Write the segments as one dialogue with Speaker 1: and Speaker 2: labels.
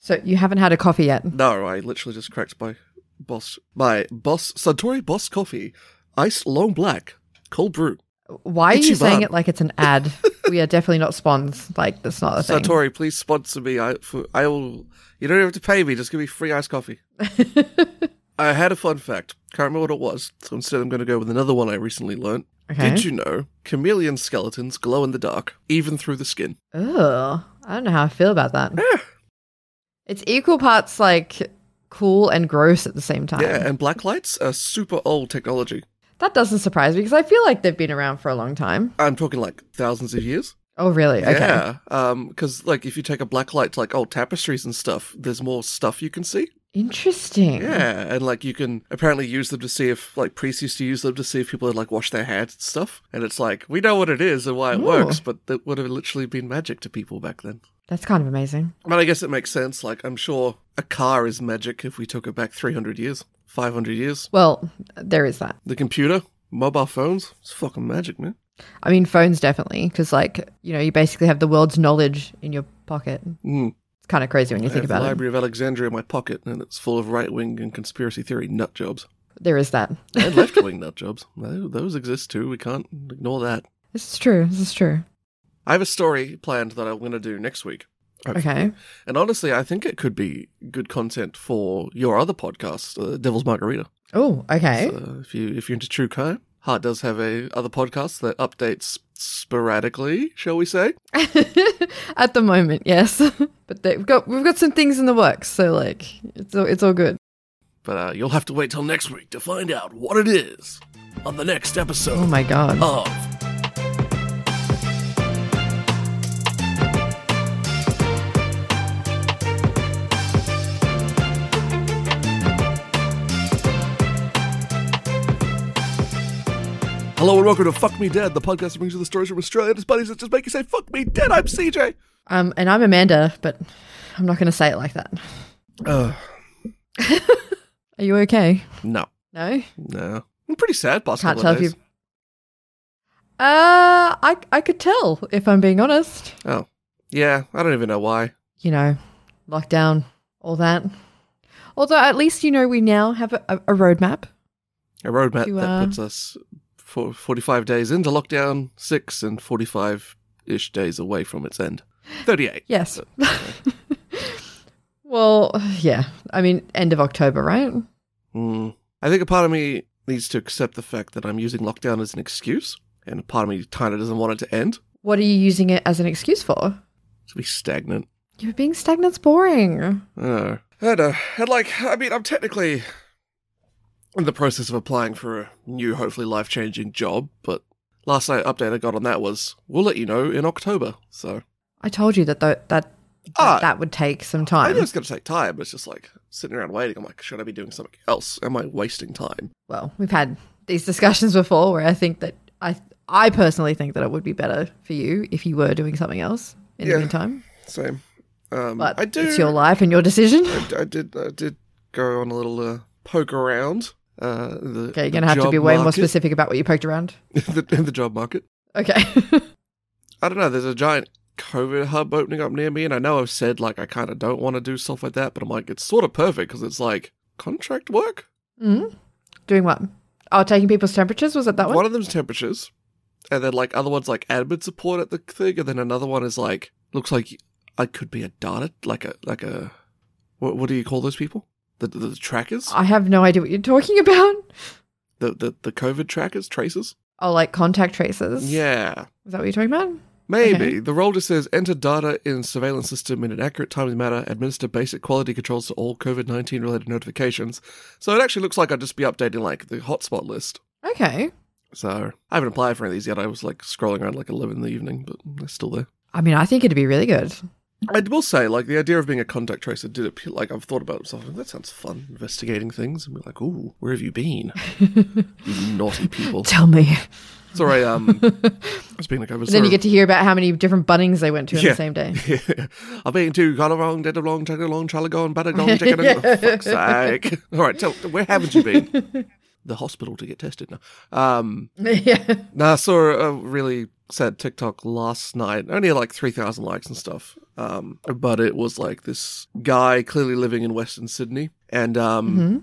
Speaker 1: So you haven't had a coffee yet?
Speaker 2: No, I literally just cracked my boss, my boss Suntory Boss Coffee, iced long black, cold brew.
Speaker 1: Why are you
Speaker 2: Ichiban.
Speaker 1: saying it like it's an ad? we are definitely not spons. Like that's not a thing.
Speaker 2: Suntory, please sponsor me. I for, I will. You don't have to pay me. Just give me free iced coffee. I had a fun fact. Can't remember what it was, so instead I'm going to go with another one I recently learnt.
Speaker 1: Okay.
Speaker 2: Did you know chameleon skeletons glow in the dark, even through the skin?
Speaker 1: Ugh, I don't know how I feel about that. it's equal parts like cool and gross at the same time.
Speaker 2: Yeah, and black lights are super old technology.
Speaker 1: That doesn't surprise me because I feel like they've been around for a long time.
Speaker 2: I'm talking like thousands of years.
Speaker 1: Oh, really? Okay.
Speaker 2: Yeah, because like if you take a black light to like old tapestries and stuff, there's more stuff you can see.
Speaker 1: Interesting.
Speaker 2: Yeah, and like you can apparently use them to see if like priests used to use them to see if people had like washed their hands and stuff. And it's like we know what it is and why it
Speaker 1: Ooh.
Speaker 2: works, but that would have literally been magic to people back then.
Speaker 1: That's kind of amazing.
Speaker 2: But I guess it makes sense. Like I'm sure a car is magic if we took it back 300 years, 500 years.
Speaker 1: Well, there is that.
Speaker 2: The computer, mobile phones, it's fucking magic, man.
Speaker 1: I mean, phones definitely, because like you know, you basically have the world's knowledge in your pocket.
Speaker 2: Mm.
Speaker 1: It's kind of crazy when you
Speaker 2: I
Speaker 1: think
Speaker 2: have the
Speaker 1: about it.
Speaker 2: Library of Alexandria in my pocket, and it's full of right wing and conspiracy theory nut jobs.
Speaker 1: There is that.
Speaker 2: and left wing nut jobs. Tho- Those exist too. We can't ignore that.
Speaker 1: This is true. This is true.
Speaker 2: I have a story planned that I'm going to do next week.
Speaker 1: Okay.
Speaker 2: And honestly, I think it could be good content for your other podcast, uh, Devil's Margarita.
Speaker 1: Oh, okay.
Speaker 2: So if you if you're into true crime, Heart does have a other podcast that updates sporadically, shall we say?
Speaker 1: At the moment, yes, but they, we've got we've got some things in the works, so like it's all, it's all good.
Speaker 2: But uh, you'll have to wait till next week to find out what it is on the next
Speaker 1: Oh
Speaker 2: episode
Speaker 1: my god.
Speaker 2: of Hello and welcome to Fuck Me Dead, the podcast that brings you the stories from Australia and its buddies that just make you say Fuck Me Dead. I'm CJ.
Speaker 1: Um, and I'm Amanda, but I'm not going to say it like that.
Speaker 2: Uh,
Speaker 1: Are you okay?
Speaker 2: no,
Speaker 1: No.
Speaker 2: no. I'm pretty sad. Past
Speaker 1: Can't
Speaker 2: couple
Speaker 1: tell
Speaker 2: of
Speaker 1: if
Speaker 2: days.
Speaker 1: you. Uh, I I could tell if I'm being honest.
Speaker 2: Oh, yeah. I don't even know why.
Speaker 1: You know, lockdown, all that. Although at least you know we now have a, a, a roadmap.
Speaker 2: A roadmap
Speaker 1: You,
Speaker 2: that
Speaker 1: uh,
Speaker 2: puts us for 45 days into lockdown, six and 45 ish days away from its end. 38.
Speaker 1: Yes. well, yeah. I mean, end of October, right?
Speaker 2: Mm. I think a part of me needs to accept the fact that I'm using lockdown as an excuse, and a part of me kind of doesn't want it to end.
Speaker 1: What are you using it as an excuse for?
Speaker 2: To be stagnant.
Speaker 1: You're being stagnant's boring.
Speaker 2: Oh. I don't know. And like, I mean, I'm technically in the process of applying for a new, hopefully life changing job, but last night update I got on that was we'll let you know in October. So
Speaker 1: I told you that th- that
Speaker 2: Ah.
Speaker 1: that, that would take some
Speaker 2: I
Speaker 1: time.
Speaker 2: know it's going to take time, but it's just like sitting around waiting. I'm like, should I be doing something else? Am I wasting time?
Speaker 1: well, we've had these discussions before where I think that I I personally think that it would be better for you if you were doing something else in
Speaker 2: Yeah.
Speaker 1: the meantime.
Speaker 2: Same. Um,
Speaker 1: But
Speaker 2: I do.
Speaker 1: it's your life and your decision.
Speaker 2: I did. I did go on a little uh, poke around. Uh, the,
Speaker 1: Okay,
Speaker 2: the
Speaker 1: you're gonna have to
Speaker 2: job
Speaker 1: be way more
Speaker 2: market-
Speaker 1: specific about what you poked around.
Speaker 2: the, in the job market.
Speaker 1: Okay.
Speaker 2: I don't know. There's a giant COVID hub opening up near me, and I know I've said like I kind of don't want to do stuff like that, but I'm like it's sort of perfect because it's like contract work.
Speaker 1: mm? Doing what? Oh, taking people's temperatures was it that one?
Speaker 2: One of them's temperatures, and then like other one's like admin support at the thing, and then another one is like looks like I could be a data like a like a what what do you call those people? The the, the trackers,
Speaker 1: I have no idea what you're talking about.
Speaker 2: the, the the COVID trackers, tracers.
Speaker 1: Oh, like contact traces.
Speaker 2: Yeah,
Speaker 1: Is that what you're talking about?
Speaker 2: maybe
Speaker 1: Okay.
Speaker 2: the role just says enter data in surveillance system in an accurate timely manner, administer basic quality controls to all COVID nineteen related notifications. So it actually looks like I'd just be updating like the hotspot list.
Speaker 1: Okay.
Speaker 2: So I haven't applied for any of these yet. I was like scrolling around like eleven in the evening, but they're still there.
Speaker 1: I mean, I think it'd be really good.
Speaker 2: I will say, like, the idea of being a contact tracer did appeal. Like, I've thought about it myself. Like, that sounds fun, investigating things. And be like, ooh, where have you been? you naughty people.
Speaker 1: Tell me.
Speaker 2: Sorry, um, speaking of
Speaker 1: And
Speaker 2: COVID,
Speaker 1: then you
Speaker 2: sorry.
Speaker 1: get to hear about how many different bunnings they went to on
Speaker 2: Yeah.
Speaker 1: the same day.
Speaker 2: I've been to Colorong, Dedalong, Tagalong, Chalagong, Badagong, Jackalong. For fuck's sake. All right, tell, where haven't you been? the hospital to get tested now. Um,
Speaker 1: yeah.
Speaker 2: now I saw a really sad TikTok last night. Only like three thousand likes and stuff. Um, but it was like this guy clearly living in Western Sydney, and um,
Speaker 1: hmm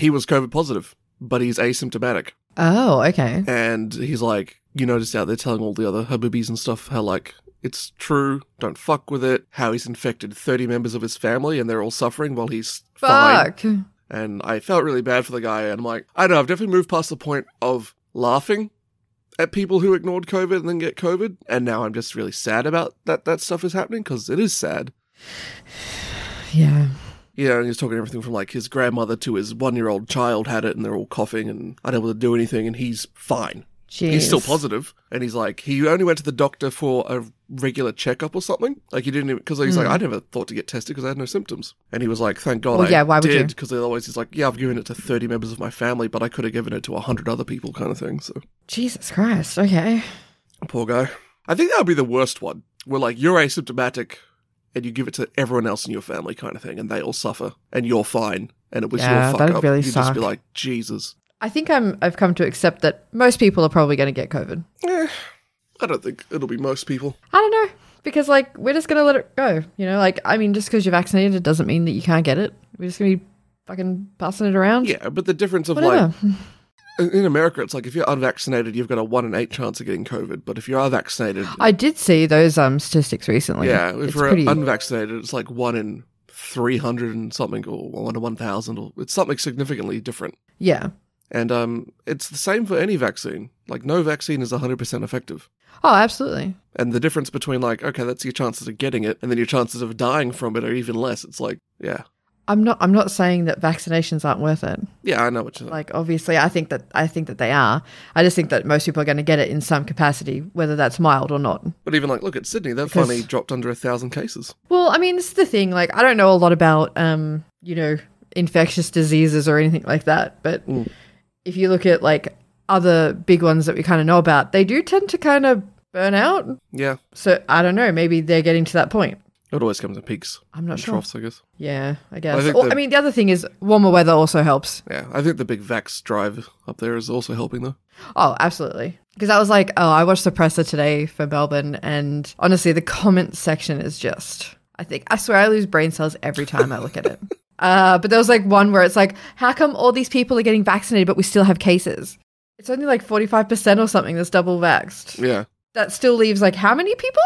Speaker 2: he was COVID positive, but he's asymptomatic.
Speaker 1: Oh, okay.
Speaker 2: And he's like, you notice out there telling all the other Habibis and stuff how, like, it's true, don't fuck with it, how he's infected 30 members of his family and they're all suffering while he's fine.
Speaker 1: Fuck.
Speaker 2: And I felt really bad for the guy. And I'm like, I don't know, I've definitely moved past the point of laughing at people who ignored COVID and then get COVID. And now I'm just really sad about that that stuff is happening because it is sad.
Speaker 1: Yeah.
Speaker 2: Yeah, and he's talking everything from like his grandmother to his one year old child had it and they're all coughing and unable to do anything and he's fine.
Speaker 1: Jeez.
Speaker 2: He's still positive, and he's like, he only went to the doctor for a regular checkup or something. Like he didn't, because he's like, I never thought to get tested because I had no symptoms. And he was like, thank God
Speaker 1: Hmm. Well,
Speaker 2: I
Speaker 1: yeah, why would you?
Speaker 2: did, because otherwise he's like, yeah, I've given it to thirty members of my family, but I could have given it to hundred other people, kind of thing. So
Speaker 1: Jesus Christ. Okay.
Speaker 2: poor guy. I think that would be the worst one, where like you're asymptomatic, and you give it to everyone else in your family, kind of thing, and they all suffer, and you're fine, and it was
Speaker 1: Yeah,
Speaker 2: your fuck
Speaker 1: that'd
Speaker 2: up.
Speaker 1: really
Speaker 2: You'd just
Speaker 1: suck.
Speaker 2: be like, Jesus.
Speaker 1: I think I'm. I've come to accept that most people are probably going to get COVID.
Speaker 2: Eh, I don't think it'll be most people.
Speaker 1: I don't know because like we're just going to let it go. You know, like I mean, just because you're vaccinated it doesn't mean that you can't get it. We're just going to be fucking passing it around.
Speaker 2: Yeah, but the difference of like
Speaker 1: Whatever.
Speaker 2: In in America, it's like if you're unvaccinated, you've got a one in eight chance of getting COVID. But if you are vaccinated,
Speaker 1: I did see those um statistics recently.
Speaker 2: yeah, if
Speaker 1: Oh, it's
Speaker 2: you're
Speaker 1: pretty.
Speaker 2: unvaccinated, it's like one in 300 and something, or one in 1,000, or it's something significantly different.
Speaker 1: yeah.
Speaker 2: And um, it's the same for any vaccine. Like, no vaccine is 100% effective.
Speaker 1: Oh, absolutely.
Speaker 2: And the difference between, like, okay, that's your chances of getting it, and then your chances of dying from it are even less. It's like, yeah.
Speaker 1: I'm not. I'm not saying that vaccinations aren't worth it.
Speaker 2: Yeah, I know what you're saying.
Speaker 1: Like obviously, I think that I think that they are. I just think that most people are going to get it in some capacity, whether that's mild or not.
Speaker 2: But even like, look at Sydney, they've
Speaker 1: Because-
Speaker 2: finally dropped under a thousand cases.
Speaker 1: Well, I mean, this is the thing. Like, I don't know a lot about, um, you know, infectious diseases or anything like that. But
Speaker 2: Mm.
Speaker 1: if you look at like other big ones that we kind of know about, they do tend to kind of burn out.
Speaker 2: Yeah,
Speaker 1: So I don't know. Maybe they're getting to that point.
Speaker 2: it always comes in peaks
Speaker 1: I'm not
Speaker 2: and
Speaker 1: sure.
Speaker 2: troughs, I guess.
Speaker 1: Yeah, I guess.
Speaker 2: I
Speaker 1: Or- I,
Speaker 2: think the-
Speaker 1: mean, the other thing is warmer weather also helps.
Speaker 2: Yeah, I think the big vax drive up there is also helping though.
Speaker 1: Oh, absolutely. Because I was like, oh, I watched the presser today for Melbourne, and honestly, the comment section is just. I think I swear I lose brain cells every time I look at it. Uh, but there was like one where it's like, how come all these people are getting vaccinated but we still have cases? It's only like forty five percent or something that's double vaxxed.
Speaker 2: Yeah,
Speaker 1: That still leaves like how many people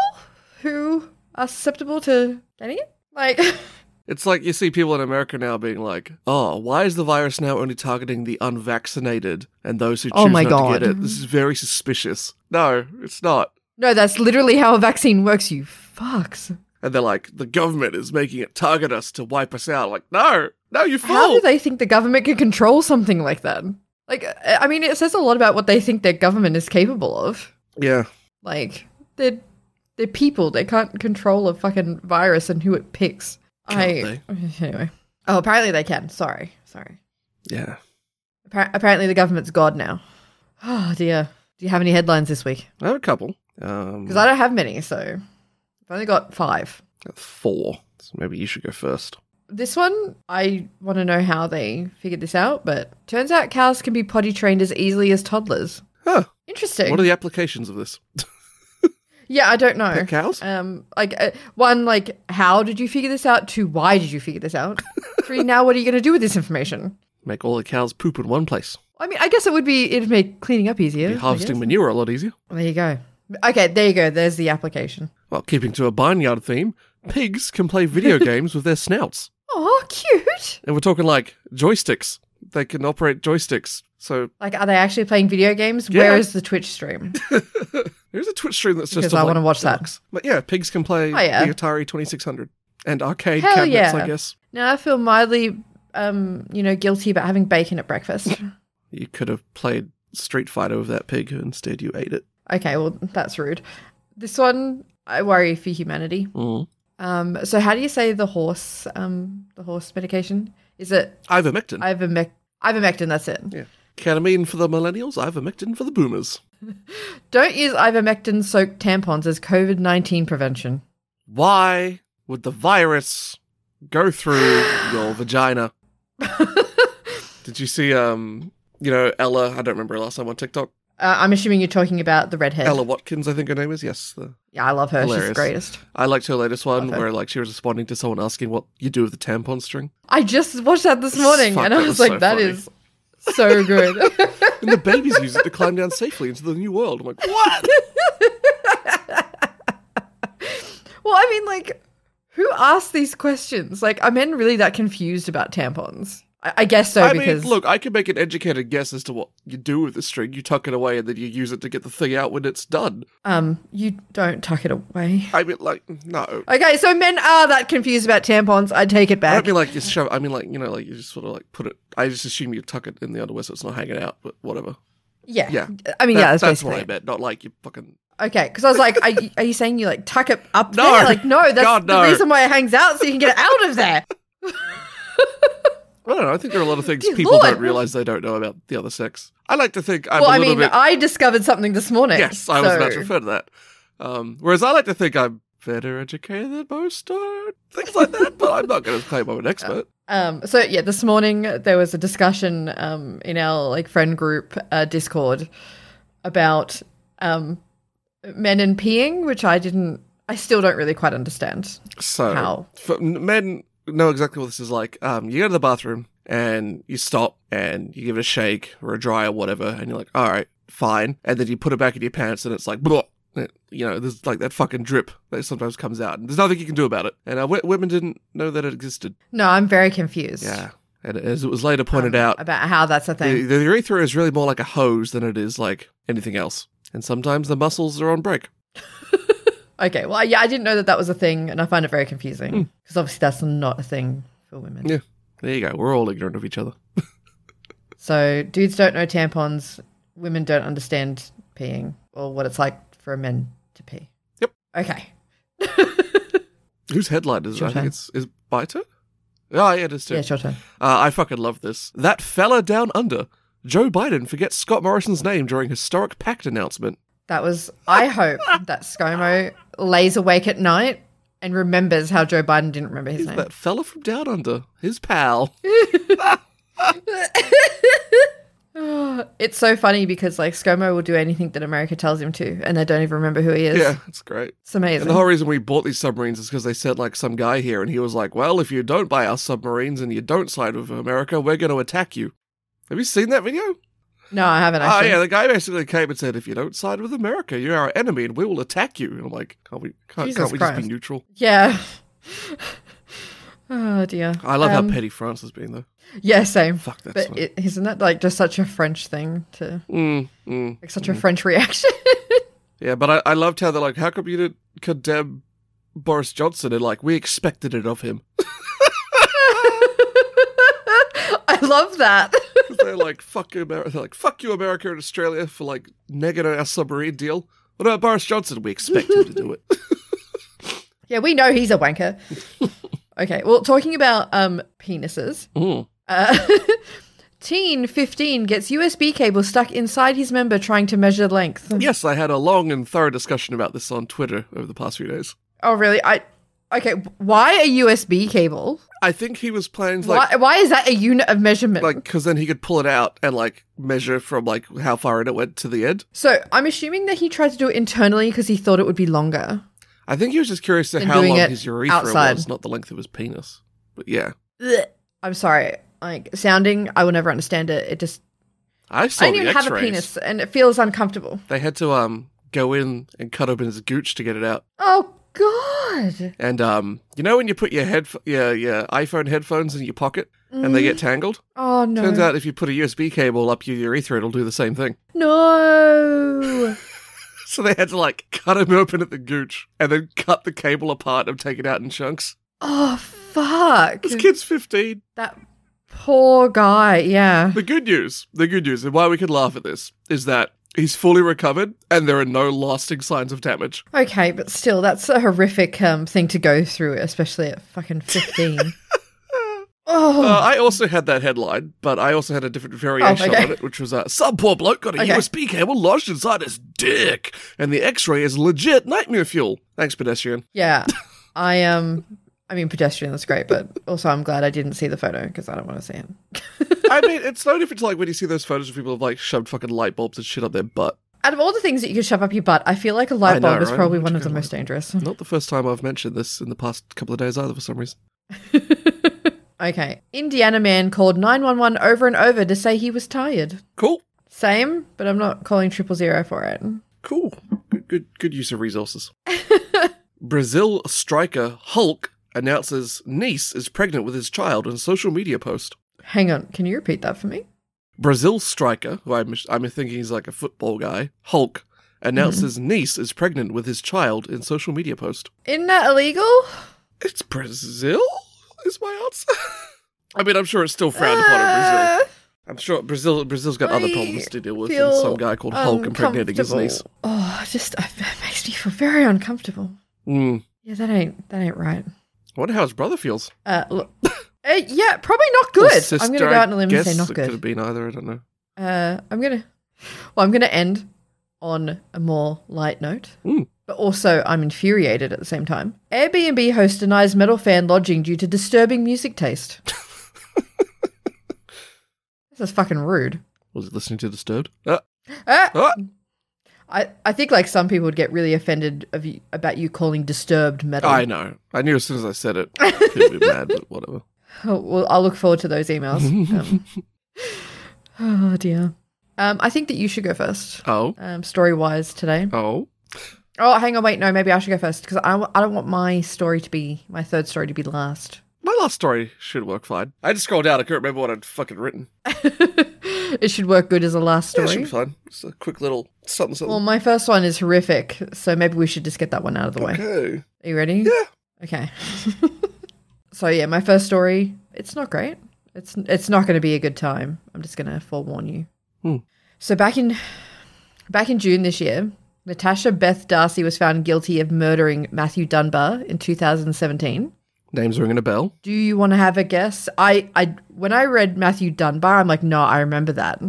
Speaker 1: who are susceptible to getting it? Like,
Speaker 2: it's like you see people in America now being like, "Oh, why is the virus now only targeting the unvaccinated and those who choose
Speaker 1: Oh my
Speaker 2: not to get
Speaker 1: God.
Speaker 2: it?" This is very suspicious. No, it's not.
Speaker 1: no, that's literally how a vaccine works. You fucks.
Speaker 2: And they're like, "The government is making it target us to wipe us out." Like, no, no, you
Speaker 1: How
Speaker 2: fool.
Speaker 1: do they think the government can control something like that? Like, I I mean, it says a lot about what they think their government is capable of.
Speaker 2: yeah,
Speaker 1: Like, they're they're people. They can't control a fucking virus and who it picks. I anyway. Oh, apparently they can. Sorry, sorry.
Speaker 2: yeah.
Speaker 1: Appar- apparently the government's god now. Oh dear. Do you have any headlines this week?
Speaker 2: I have a couple. Um,
Speaker 1: Because I don't have many, so I've only got five.
Speaker 2: four. So maybe you should go first.
Speaker 1: This one, I want to know how they figured this out, but turns out cows can be potty trained as easily as toddlers.
Speaker 2: Huh?
Speaker 1: Interesting.
Speaker 2: What are the applications of this?
Speaker 1: yeah, I don't know.
Speaker 2: Pet cows?
Speaker 1: Um, like uh, one, like how did you figure this out? Two, why did you figure this out? Three, now what are you going to do with this information?
Speaker 2: Make all the cows poop in one place.
Speaker 1: I mean, I guess it would be it'd make cleaning up easier.
Speaker 2: Be
Speaker 1: I
Speaker 2: harvesting
Speaker 1: guess.
Speaker 2: manure a lot easier.
Speaker 1: There you go. Okay, there you go. There's the application.
Speaker 2: Well, keeping to a barnyard theme, pigs can play video games with their snouts.
Speaker 1: Oh, cute.
Speaker 2: And we're talking like joysticks. They can operate joysticks. So
Speaker 1: Like, are they actually playing video games?
Speaker 2: Yeah.
Speaker 1: Where is the Twitch stream?
Speaker 2: there's a Twitch stream that's just.
Speaker 1: Because
Speaker 2: of,
Speaker 1: I
Speaker 2: like,
Speaker 1: want to watch that.
Speaker 2: dogs. But yeah, pigs can play
Speaker 1: Oh, yeah.
Speaker 2: the Atari 2600 and arcade
Speaker 1: Hell
Speaker 2: cabinets, I
Speaker 1: yeah.
Speaker 2: guess.
Speaker 1: Now I feel mildly, um, you know, guilty about having bacon at breakfast.
Speaker 2: You could have played Street Fighter with that pig, instead, you ate it.
Speaker 1: okay, well that's rude. This one, I worry for humanity.
Speaker 2: Mm.
Speaker 1: Um, so how do you say the horse? Um, the horse medication is it
Speaker 2: Ivermectin.
Speaker 1: ivermec- ivermectin? That's it.
Speaker 2: yeah. Ketamine for the millennials, ivermectin for the boomers.
Speaker 1: Don't use ivermectin soaked tampons as COVID nineteen prevention.
Speaker 2: Why would the virus go through your vagina? Did you see um You know, Ella, I don't remember her last name on TikTok.
Speaker 1: Uh, I'm assuming you're talking about the redhead.
Speaker 2: Ella Watkins, I think her name is. Yes. the-
Speaker 1: Yeah, I love her. She's the
Speaker 2: Hilarious.
Speaker 1: greatest.
Speaker 2: I liked her latest one
Speaker 1: Love her.
Speaker 2: where like she was responding to someone asking what you do with the tampon string.
Speaker 1: I just watched that this morning
Speaker 2: Fuck,
Speaker 1: and I
Speaker 2: that
Speaker 1: was,
Speaker 2: was
Speaker 1: like,
Speaker 2: so
Speaker 1: that
Speaker 2: funny.
Speaker 1: is so good.
Speaker 2: And the babies use it to climb down safely into the new world. I'm like, what?
Speaker 1: well, I mean, like, who asked these questions? Like, are men really that confused about tampons? I, I guess so
Speaker 2: I
Speaker 1: because.
Speaker 2: mean, look, I can make an educated guess as to what you do with the string. You tuck it away and then you use it to get the thing out when it's done.
Speaker 1: Um, you don't tuck it away.
Speaker 2: I mean, like, no.
Speaker 1: Okay, so men are that confused about tampons. I take it
Speaker 2: I
Speaker 1: back.
Speaker 2: don't mean like you shove. I mean like you know like you just sort of like put it. I just assume you tuck it in the underwear so it's not hanging out. But whatever.
Speaker 1: yeah.
Speaker 2: yeah.
Speaker 1: I mean,
Speaker 2: That-
Speaker 1: yeah, that's,
Speaker 2: that's what
Speaker 1: basically
Speaker 2: I
Speaker 1: it.
Speaker 2: meant. Not like you fucking.
Speaker 1: Okay, because I was like, are you, are you saying you like tuck it up
Speaker 2: No.
Speaker 1: there? Like, no, that's
Speaker 2: God,
Speaker 1: the
Speaker 2: no.
Speaker 1: reason why it hangs out so you can get it out of there.
Speaker 2: I don't know. I think there are a lot of things
Speaker 1: Dear
Speaker 2: people
Speaker 1: Lord.
Speaker 2: don't realize they don't know about the other sex. I like to think I'm
Speaker 1: well,
Speaker 2: a
Speaker 1: I
Speaker 2: little
Speaker 1: mean,
Speaker 2: bit.
Speaker 1: I discovered something this morning.
Speaker 2: yes, I was about to
Speaker 1: so-
Speaker 2: refer to that. Um, whereas I like to think I'm better educated than most on things like that, but I'm not going to claim I'm an expert.
Speaker 1: Um, so yeah, this morning there was a discussion um, in our like friend group uh, Discord about um, men and peeing, which I didn't, I still don't really quite understand.
Speaker 2: So
Speaker 1: How?
Speaker 2: For men know exactly what this is like. Um, you go to the bathroom and you stop and you give it a shake or a dry or whatever, and you're like, all right, fine. And then you put it back in your pants and it's like, blah. It- you know, there's like that fucking drip that sometimes comes out, and there's nothing you can do about it. And uh, w- women didn't know that it existed.
Speaker 1: No, I'm very confused.
Speaker 2: Yeah. And as it was later pointed out,
Speaker 1: about how that's a
Speaker 2: the,
Speaker 1: thing.
Speaker 2: the urethra is really more like a hose than it is like anything else. And sometimes the muscles are on break.
Speaker 1: Okay, well, yeah, I didn't know that that was a thing, and I find it very confusing because obviously that's not a thing for women.
Speaker 2: Hmm. Yeah. There you go. We're all ignorant of each other.
Speaker 1: So dudes don't know tampons, women don't understand peeing or what it's like for a man to pee.
Speaker 2: Yep.
Speaker 1: Okay.
Speaker 2: Whose headline is it?
Speaker 1: Your
Speaker 2: I
Speaker 1: turn.
Speaker 2: think it's is Biter? Oh, yeah, it is too.
Speaker 1: Yeah, it's your turn.
Speaker 2: uh, I fucking love this. That fella down under. Joe Biden forgets Scott Morrison's name during historic pact announcement.
Speaker 1: That was, I hope that ScoMo lays awake at night and remembers how Joe Biden didn't remember his
Speaker 2: Is
Speaker 1: name.
Speaker 2: that fella from down under? His pal.
Speaker 1: It's so funny because like ScoMo will do anything that America tells him to, and they don't even remember who he is.
Speaker 2: Yeah, it's great.
Speaker 1: It's amazing.
Speaker 2: And the whole reason we bought these submarines is because they sent like some guy here, and he was like, "Well, if you don't buy our submarines and you don't side with America, we're going to attack you." Have you seen that video?
Speaker 1: no, I haven't
Speaker 2: Oh
Speaker 1: actually.
Speaker 2: yeah, the guy basically came and said, "If you don't side with America, you're our enemy, and we will attack you." And I'm like, "Can't we? Can't,
Speaker 1: Jesus
Speaker 2: can't we just
Speaker 1: Christ.
Speaker 2: be neutral?"
Speaker 1: yeah. oh dear.
Speaker 2: I love
Speaker 1: Um,
Speaker 2: how petty France has been, though.
Speaker 1: Yeah, same.
Speaker 2: Fuck that.
Speaker 1: But is isn't that like just such a French thing to
Speaker 2: mm, mm.
Speaker 1: like such a French reaction?
Speaker 2: Yeah, but I, I loved how they're like, "How come you didn't condemn Boris Johnson?" And like, we expected it of him.
Speaker 1: I love that.
Speaker 2: they're like, "Fuck you, America!" They're like, "Fuck you, America and Australia for like negging on our submarine deal." What about Boris Johnson? We expect him to do it.
Speaker 1: yeah, we know he's a wanker. okay, well, talking about um penises.
Speaker 2: Mm.
Speaker 1: Uh, teen 15 gets USB cable stuck inside his member trying to measure length.
Speaker 2: Yes, I had a long and thorough discussion about this on Twitter over the past few days.
Speaker 1: Oh, really? I okay. Why a USB cable?
Speaker 2: I think he was planning to, like
Speaker 1: why, why is that a unit of measurement?
Speaker 2: like because then he could pull it out and like measure from like how far in it went to the end.
Speaker 1: so I'm assuming that he tried to do it internally because he thought it would be longer.
Speaker 2: I think he was just curious to
Speaker 1: And
Speaker 2: how
Speaker 1: doing
Speaker 2: long
Speaker 1: it
Speaker 2: his urethra
Speaker 1: outside.
Speaker 2: was, not the length of his penis. But yeah,
Speaker 1: Blech. I'm sorry. Like sounding, I will never understand it. It just
Speaker 2: I saw
Speaker 1: I don't
Speaker 2: the
Speaker 1: even have a
Speaker 2: X-rays.
Speaker 1: penis, and it feels uncomfortable.
Speaker 2: They had to um go in and cut open his gooch to get it out.
Speaker 1: Oh God!
Speaker 2: And um, you know when you put your head your your iPhone headphones in your pocket and they get tangled.
Speaker 1: Oh no!
Speaker 2: Turns out if you put a USB cable up your urethra, it'll do the same thing.
Speaker 1: no!
Speaker 2: So they had to like cut him open at the gooch and then cut the cable apart and take it out in chunks.
Speaker 1: Oh fuck!
Speaker 2: This kid's fifteen.
Speaker 1: That poor guy. Yeah.
Speaker 2: The good news, the good news, and why we could laugh at this is that he's fully recovered and there are no lasting signs of damage.
Speaker 1: Okay, but still, that's a horrific um, thing to go through, especially at fucking fifteen.
Speaker 2: Uh,
Speaker 1: oh,
Speaker 2: I also had that headline, but I also had a different variation
Speaker 1: okay.
Speaker 2: on it, which was uh, some poor bloke got a
Speaker 1: Okay.
Speaker 2: USB cable lodged inside his dick, and the X-ray is legit nightmare fuel. Thanks, pedestrian.
Speaker 1: yeah. I Um, I mean, pedestrian. That's great, but also I'm glad I didn't see the photo because I don't want to see it.
Speaker 2: I mean, it's no different to like when you see those photos of people who have like shoved fucking light bulbs and shit up their butt.
Speaker 1: Out of all the things that you could shove up your butt, I feel like a light
Speaker 2: I know,
Speaker 1: bulb is
Speaker 2: right?
Speaker 1: probably
Speaker 2: Where'd
Speaker 1: one
Speaker 2: you
Speaker 1: of the
Speaker 2: get a
Speaker 1: most dangerous.
Speaker 2: Not the first time I've mentioned this in the past couple of days either, for some reason.
Speaker 1: okay. Indiana man called 911 over and over to say he was tired.
Speaker 2: Cool,
Speaker 1: Same, but I'm not calling triple zero for it.
Speaker 2: cool, good, good, good use of resources. Brazil striker Hulk announces niece is pregnant with his child in a social media post.
Speaker 1: Hang on, can you repeat that for me?
Speaker 2: Brazil striker, who I'm, I'm thinking he's like a football guy, Hulk announces
Speaker 1: Mm-hmm.
Speaker 2: niece is pregnant with his child in social media post.
Speaker 1: Isn't that illegal?
Speaker 2: It's Brazil, is my answer. I mean, I'm sure it's still frowned upon in Brazil.
Speaker 1: Uh,
Speaker 2: I'm sure Brazil Brazil's got other problems to deal with than
Speaker 1: feel
Speaker 2: some guy called Hulk impregnating his
Speaker 1: uncomfortable.
Speaker 2: niece.
Speaker 1: Oh, I just I, it makes me feel very uncomfortable.
Speaker 2: Mm.
Speaker 1: Yeah, that ain't that ain't right.
Speaker 2: I wonder how his brother feels.
Speaker 1: Uh, look, uh, yeah, probably not
Speaker 2: Or
Speaker 1: good.
Speaker 2: sister,
Speaker 1: I'm gonna go out on a limb and say
Speaker 2: guess.
Speaker 1: not
Speaker 2: It could
Speaker 1: good.
Speaker 2: have been either. I don't know.
Speaker 1: Uh, I'm gonna, well, I'm gonna end on a more light note.
Speaker 2: Mm.
Speaker 1: But also, I'm infuriated at the same time. Airbnb host denies metal fan lodging due to disturbing music taste. this is fucking rude.
Speaker 2: Was it listening to Disturbed? Ah,
Speaker 1: Ah!
Speaker 2: ah.
Speaker 1: I, I think like some people would get really offended of you, about you calling disturbed metal.
Speaker 2: I know. I knew as soon as I said it, people would be mad, but whatever.
Speaker 1: Oh, well, I'll look forward to those emails. Um, oh dear. Um, I think that you should go first,
Speaker 2: Oh.
Speaker 1: um, story wise today.
Speaker 2: Oh.
Speaker 1: Oh, hang on, wait, no, maybe I should go first because I, w- I don't want my story to be my third story to be last.
Speaker 2: My last story should work fine. I just scrolled out. I couldn't remember what I'd fucking written.
Speaker 1: it should work good as a last
Speaker 2: Yeah, it
Speaker 1: story.
Speaker 2: should be fine. Just a quick little something,
Speaker 1: well,
Speaker 2: something.
Speaker 1: my first one is horrific, so maybe we should just get that one out of the way.
Speaker 2: okay.
Speaker 1: Are you ready?
Speaker 2: Yeah.
Speaker 1: Okay. so yeah, my first story. It's not great. It's it's not going to be a good time. I'm just going to forewarn you.
Speaker 2: Hmm.
Speaker 1: So back in back in June this year, Natasha Beth Darcy was found guilty of murdering Matthew Dunbar in 2017.
Speaker 2: Name's ringing a bell.
Speaker 1: Do you want to have a guess? I I when I read Matthew Dunbar, I'm like, no, I remember that.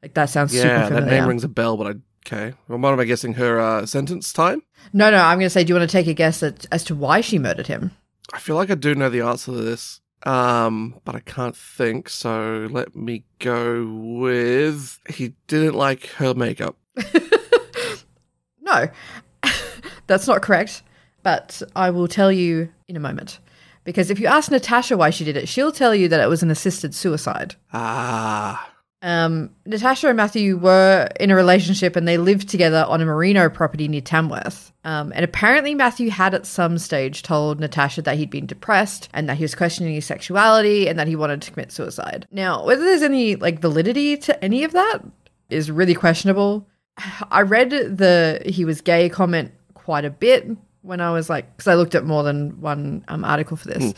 Speaker 1: Like that sounds
Speaker 2: Yeah,
Speaker 1: super
Speaker 2: that
Speaker 1: familiar.
Speaker 2: name rings a bell, but I. Okay. Well, what am I guessing? Her uh, sentence time?
Speaker 1: no, no, I'm going to say, do you want to take a guess at, as to why she murdered him?
Speaker 2: I feel like I do know the answer to this, um, but I can't think. So let me go with he didn't like her makeup.
Speaker 1: No, that's not correct. But I will tell you in a moment. Because if you ask Natasha why she did it, she'll tell you that it was an assisted suicide.
Speaker 2: Ah,
Speaker 1: Um, Natasha and Matthew were in a relationship and they lived together on a merino property near Tamworth. Um, and apparently, Matthew had at some stage told Natasha that he'd been depressed and that he was questioning his sexuality and that he wanted to commit suicide. Now, whether there's any like validity to any of that is really questionable. I read the he was gay comment quite a bit when I was like, because I looked at more than one um, article for this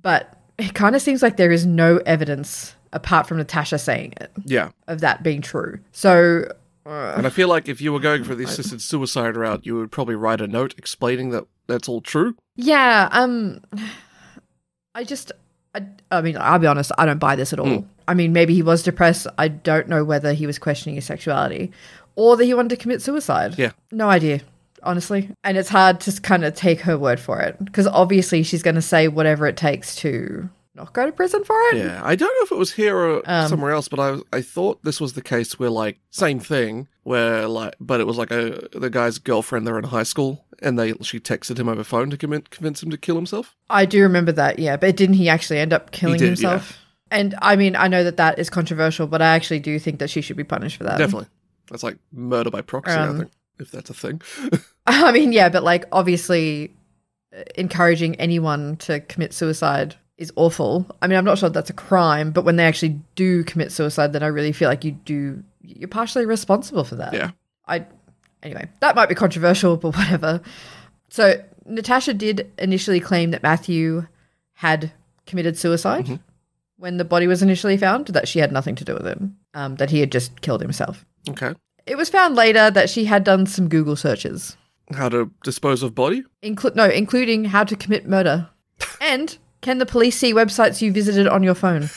Speaker 1: but it kind of seems like there is no evidence apart from Natasha saying it
Speaker 2: yeah.
Speaker 1: of that being true. So
Speaker 2: And I feel like if you were going for the assisted suicide route, you would probably write a note explaining that that's all true.
Speaker 1: yeah, um, I just, I, I mean, I'll be honest, I don't buy this at all.
Speaker 2: Hmm.
Speaker 1: I mean, maybe he was depressed. I don't know whether he was questioning his sexuality or that he wanted to commit suicide.
Speaker 2: Yeah.
Speaker 1: no idea. Honestly, and it's hard to kind of take her word for it because obviously she's going to say whatever it takes to not go to prison for it.
Speaker 2: Yeah, I don't know if it was here or somewhere else, but I I thought this was the case where like same thing where like but it was like a the guy's girlfriend they're in high school and they she texted him over phone to convince convince him to kill himself.
Speaker 1: I do remember that, yeah. But didn't he actually end up killing
Speaker 2: did,
Speaker 1: himself? And I mean, I know that that is controversial, but I actually do think that she should be punished for that.
Speaker 2: Definitely, that's like murder by proxy.
Speaker 1: Um,
Speaker 2: I think if that's a thing.
Speaker 1: I mean, yeah, but like obviously uh, encouraging anyone to commit suicide is awful. I mean, I'm not sure that's a crime, but when they actually do commit suicide, then I really feel like you do you're partially responsible for that.
Speaker 2: Yeah.
Speaker 1: I anyway, that might be controversial, but whatever. So, Natasha did initially claim that Matthew had committed suicide when the body was initially found, that she had nothing to do with it, um, that he had just killed himself.
Speaker 2: Okay,
Speaker 1: It was found later that she had done some Google searches
Speaker 2: how to dispose of body?
Speaker 1: include no, including how to commit murder, and can the police see websites you visited on your phone?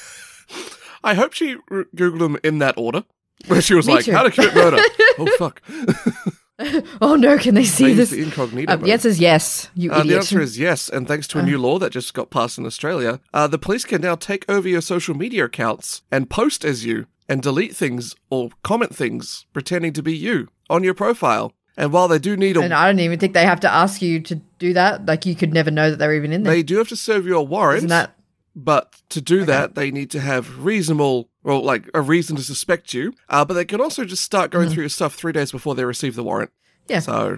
Speaker 2: I hope she r googled them in that order. Where she was
Speaker 1: Me
Speaker 2: like,
Speaker 1: too.
Speaker 2: "How to commit murder?" oh fuck!
Speaker 1: oh no, can they see
Speaker 2: They use
Speaker 1: this?
Speaker 2: the incognito
Speaker 1: Um,
Speaker 2: mode.
Speaker 1: the answer is yes, Uh. you
Speaker 2: Uh, the
Speaker 1: idiot.
Speaker 2: answer is yes, and thanks to a new law that just got passed in Australia, uh, the police can now take over your social media accounts and post as you and delete things or comment things pretending to be you on your profile. And while they do need a
Speaker 1: and I don't even think they have to ask you to do that. Like you could never know that they're even in there.
Speaker 2: They do have to serve you a warrant,
Speaker 1: Isn't that
Speaker 2: but to do that, they need to have reasonable, well, like a reason to suspect you. Uh, but they can also just start going through your stuff three days before they receive the warrant.
Speaker 1: Mm-hmm. Yeah.
Speaker 2: So,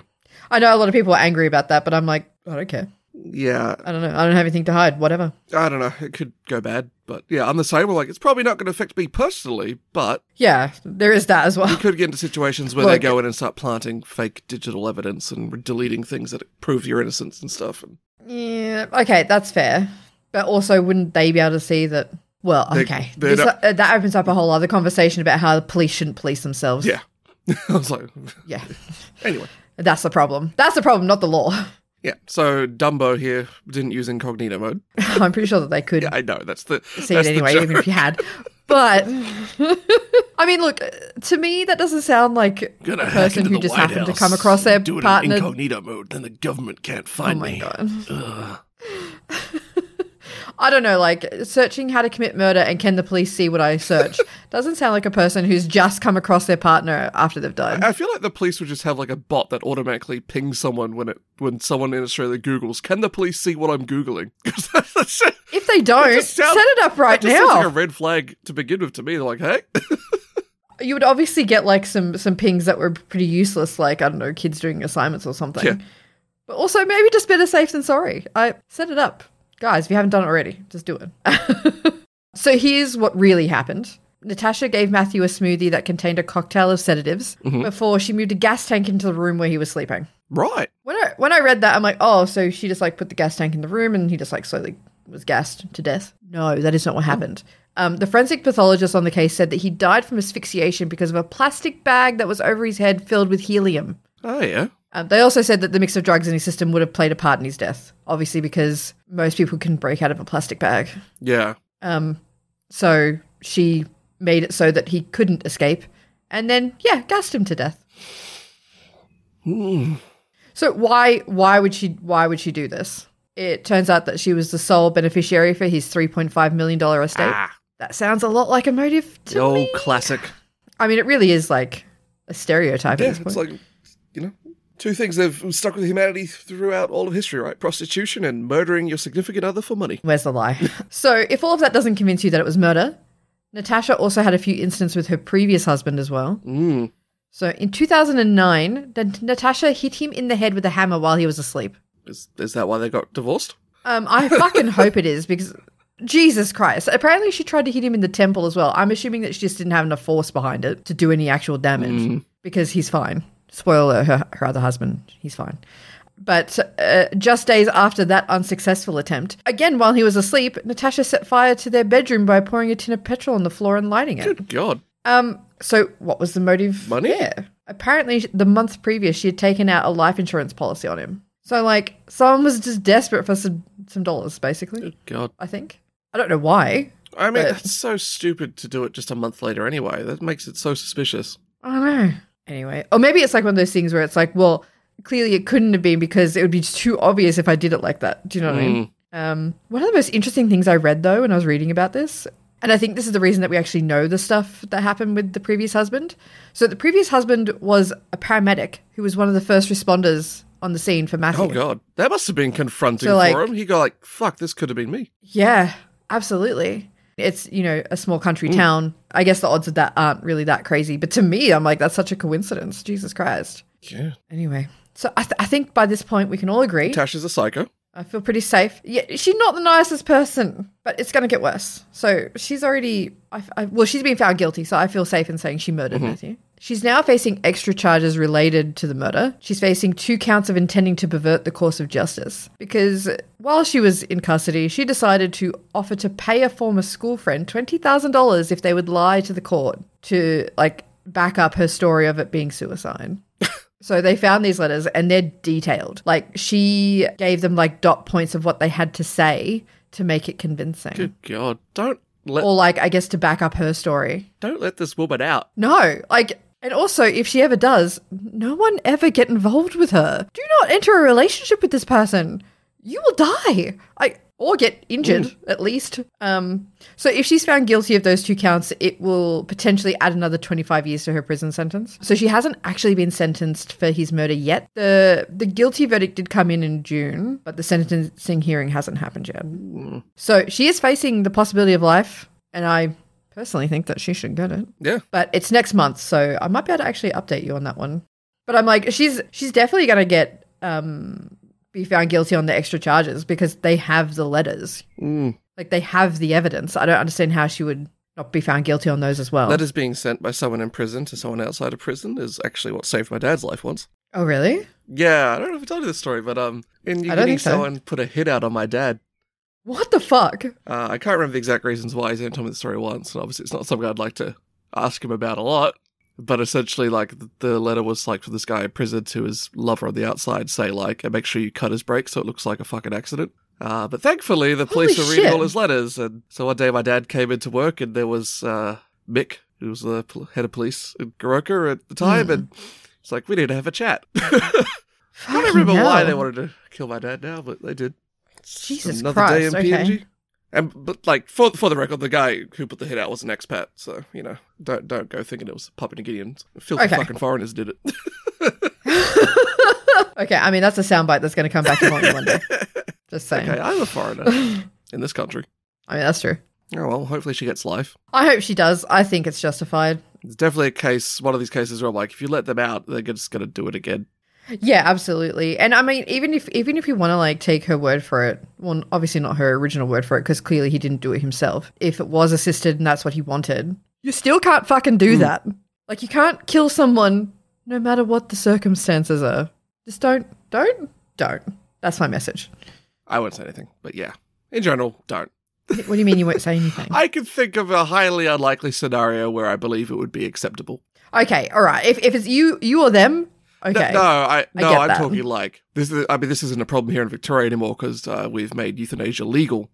Speaker 1: I know a lot of people are angry about that, but I'm like, I don't care.
Speaker 2: yeah,
Speaker 1: I don't know. I don't have anything to hide. Whatever.
Speaker 2: I don't know. It could go bad, but yeah, I'm the same. We're like, it's probably not going to affect me personally, but
Speaker 1: Yeah, there is that as well.
Speaker 2: could get into situations where
Speaker 1: Look-
Speaker 2: they go in and start planting fake digital evidence and deleting things that prove your innocence and stuff. And
Speaker 1: Yeah. Okay, that's fair. But also, wouldn't they be able to see that? Well,
Speaker 2: They-
Speaker 1: okay.
Speaker 2: they're
Speaker 1: This-
Speaker 2: not-
Speaker 1: uh, that opens up a whole other conversation about how the police shouldn't police themselves.
Speaker 2: yeah, I was like,
Speaker 1: Yeah.
Speaker 2: anyway.
Speaker 1: That's the problem. That's the problem, not the law.
Speaker 2: Yeah, so Dumbo here didn't use incognito mode.
Speaker 1: I'm pretty sure that they could
Speaker 2: I know that's the
Speaker 1: see it
Speaker 2: that's the
Speaker 1: anyway,
Speaker 2: joke.
Speaker 1: even if you had. But I mean, look, to me, that doesn't sound like
Speaker 2: Gonna
Speaker 1: a
Speaker 2: hack
Speaker 1: person
Speaker 2: into
Speaker 1: who
Speaker 2: the
Speaker 1: just
Speaker 2: White
Speaker 1: happened to
Speaker 2: House
Speaker 1: come across their
Speaker 2: and do it
Speaker 1: partner.
Speaker 2: in incognito mode, then the government can't
Speaker 1: oh
Speaker 2: find
Speaker 1: my
Speaker 2: me.
Speaker 1: god. I don't know, like searching how to commit murder and can the police see what I search doesn't sound like a person who's just come across their partner after they've died.
Speaker 2: I feel like the police would just have like a bot that automatically pings someone when it when someone in Australia googles. Can the police see what I'm googling? 'Cause that's-
Speaker 1: If they don't,
Speaker 2: just sound-
Speaker 1: set it up
Speaker 2: that
Speaker 1: right
Speaker 2: just seems like a
Speaker 1: now.
Speaker 2: red flag to begin with to me. They're like, hey,
Speaker 1: you would obviously get like some some pings that were pretty useless, like I don't know, kids doing assignments or something.
Speaker 2: Yeah.
Speaker 1: But also maybe just better safe than sorry. I set it up, guys. If you haven't done it already, just do it. so here's what really happened. Natasha gave Matthew a smoothie that contained a cocktail of sedatives before she moved a gas tank into the room where he was sleeping.
Speaker 2: right.
Speaker 1: When I when I read that, I'm like, oh, so she just like put the gas tank in the room and he just like slowly was gassed to death. No, that is not what happened. Um, the forensic pathologist on the case said that he died from asphyxiation because of a plastic bag that was over his head filled with helium.
Speaker 2: Oh yeah.
Speaker 1: Um, they also said that the mix of drugs in his system would have played a part in his death, obviously because most people can break out of a plastic bag.
Speaker 2: Yeah.
Speaker 1: Um, so she made it so that he couldn't escape, and then yeah, gassed him to death.
Speaker 2: Hmm.
Speaker 1: So why why would she why would she do this? It turns out that she was the sole beneficiary for his three point five million dollar estate.
Speaker 2: Ah.
Speaker 1: That sounds a lot like a motive to
Speaker 2: The old
Speaker 1: me.
Speaker 2: classic.
Speaker 1: I mean, it really is like a stereotype
Speaker 2: Yeah,
Speaker 1: at this point.
Speaker 2: it's like you know, two things that have stuck with humanity throughout all of history, right? Prostitution and murdering your significant other for money.
Speaker 1: Where's the lie? so, if all of that doesn't convince you that it was murder, Natasha also had a few incidents with her previous husband as well.
Speaker 2: Mm.
Speaker 1: So, in 2009, Nat- Natasha hit him in the head with a hammer while he was asleep.
Speaker 2: Is is that why they got divorced?
Speaker 1: Um, I fucking hope it is because Jesus Christ. Apparently, she tried to hit him in the temple as well. I'm assuming that she just didn't have enough force behind it to do any actual damage because he's fine. Spoiler: her, her other husband, he's fine. But uh, just days after that unsuccessful attempt, again while he was asleep, Natasha set fire to their bedroom by pouring a tin of petrol on the floor and lighting it.
Speaker 2: Good God.
Speaker 1: Um. So, what was the motive?
Speaker 2: Money?
Speaker 1: there? Apparently, the month previous, she had taken out a life insurance policy on him. So, like, someone was just desperate for some some dollars, basically.
Speaker 2: God.
Speaker 1: I think. I don't know why.
Speaker 2: I mean,
Speaker 1: But-
Speaker 2: that's so stupid to do it just a month later anyway. That makes it so suspicious.
Speaker 1: I don't know. Anyway, or maybe it's like one of those things where it's like, well, clearly it couldn't have been because it would be too obvious if I did it like that. Do you know what I mean? Um, one of the most interesting things I read though when I was reading about this, and I think this is the reason that we actually know the stuff that happened with the previous husband. So the previous husband was a paramedic who was one of the first responders on the scene for Matthew.
Speaker 2: Oh, God. That must have been confronting
Speaker 1: So, like-
Speaker 2: for him. He got like, fuck, this could have been me.
Speaker 1: Yeah, absolutely. It's, you know, a small country town. I guess the odds of that aren't really that crazy. But to me, I'm like, that's such a coincidence. Jesus Christ.
Speaker 2: Yeah.
Speaker 1: Anyway, so I, th- I think by this point we can all agree.
Speaker 2: Tash is a psycho.
Speaker 1: I feel pretty safe. Yeah, she's not the nicest person, but it's going to get worse. So she's already, I, I- well, she's been found guilty, so I feel safe in saying she murdered Matthew. She's now facing extra charges related to the murder. She's facing two counts of intending to pervert the course of justice because while she was in custody, she decided to offer to pay a former school friend $20,000 if they would lie to the court to like back up her story of it being suicide. So they found these letters and they're detailed. Like she gave them like dot points of what they had to say to make it convincing.
Speaker 2: Good God. Don't let
Speaker 1: or like I guess to back up her story.
Speaker 2: don't let this woman out.
Speaker 1: No, like And also, if she ever does, no one ever get involved with her. Do not enter a relationship with this person. You will die. I or get injured at least. Um so if she's found guilty of those two counts, it will potentially add another 25 years to her prison sentence. So she hasn't actually been sentenced for his murder yet. The the guilty verdict did come in in June, but the sentencing hearing hasn't happened yet. So she is facing the possibility of life, and I personally think that she should get it
Speaker 2: Yeah.
Speaker 1: but it's next month, so I might be able to actually update you on that one. But I'm like, she's she's definitely gonna get um be found guilty on the extra charges because they have the letters,
Speaker 2: Mm.
Speaker 1: like they have the evidence. I don't understand how she would not be found guilty on those as well.
Speaker 2: Letters being sent by someone in prison to someone outside of prison is actually what saved my dad's life once.
Speaker 1: oh, really?
Speaker 2: Yeah, I don't know if I told you this story, but um, in New
Speaker 1: I don't
Speaker 2: Guinea,
Speaker 1: think so.
Speaker 2: someone put a hit out on my dad.
Speaker 1: What the fuck?
Speaker 2: Uh, I can't remember the exact reasons why. He's only told me the story once, and obviously it's not something I'd like to ask him about a lot. But essentially, like th- the letter was like for this guy in prison to his lover on the outside, say like, "Make sure you cut his brakes so it looks like a fucking accident." Uh, but thankfully, the police
Speaker 1: Holy
Speaker 2: were reading
Speaker 1: shit.
Speaker 2: all his letters, and so one day my dad came into work, and there was uh, Mick, who was the pol- head of police in Goroka at the time,
Speaker 1: Hmm.
Speaker 2: and it's like we need to have a chat. I
Speaker 1: Fucking
Speaker 2: don't remember why
Speaker 1: hell.
Speaker 2: they wanted to kill my dad now, but they did. It's
Speaker 1: Jesus
Speaker 2: another
Speaker 1: Christ,
Speaker 2: day in
Speaker 1: okay.
Speaker 2: PNG. And but like for for the record, the guy who put the hit out was an expat, so you know don't don't go thinking it was Papua New Guineans. Filthy
Speaker 1: Okay.
Speaker 2: fucking foreigners did it.
Speaker 1: Okay, I mean that's a soundbite that's gonna come back and haunt you one day. Just saying.
Speaker 2: okay, I'm a foreigner in this country.
Speaker 1: I mean that's true.
Speaker 2: Oh well, hopefully she gets life.
Speaker 1: I hope she does. I think it's justified.
Speaker 2: It's definitely a case, one of these cases where I'm like, if you let them out, they're just gonna do it again.
Speaker 1: Yeah, absolutely. And I mean, even if even if you want to like take her word for it, well, obviously not her original word for it because clearly he didn't do it himself. If it was assisted and that's what he wanted, you still can't fucking
Speaker 2: Mm.
Speaker 1: do that. Like you can't kill someone no matter what the circumstances are. Just don't, don't, don't. That's my message.
Speaker 2: I won't say anything, but yeah, in general, don't.
Speaker 1: What do you mean you won't say anything?
Speaker 2: I can think of a highly unlikely scenario where I believe it would be acceptable.
Speaker 1: okay, all right. If if it's you, you or them,
Speaker 2: No,
Speaker 1: okay.
Speaker 2: No, I no,
Speaker 1: get
Speaker 2: I'm
Speaker 1: that.
Speaker 2: talking like this. Is, I mean, this isn't a problem here in Victoria anymore because uh, we've made euthanasia legal.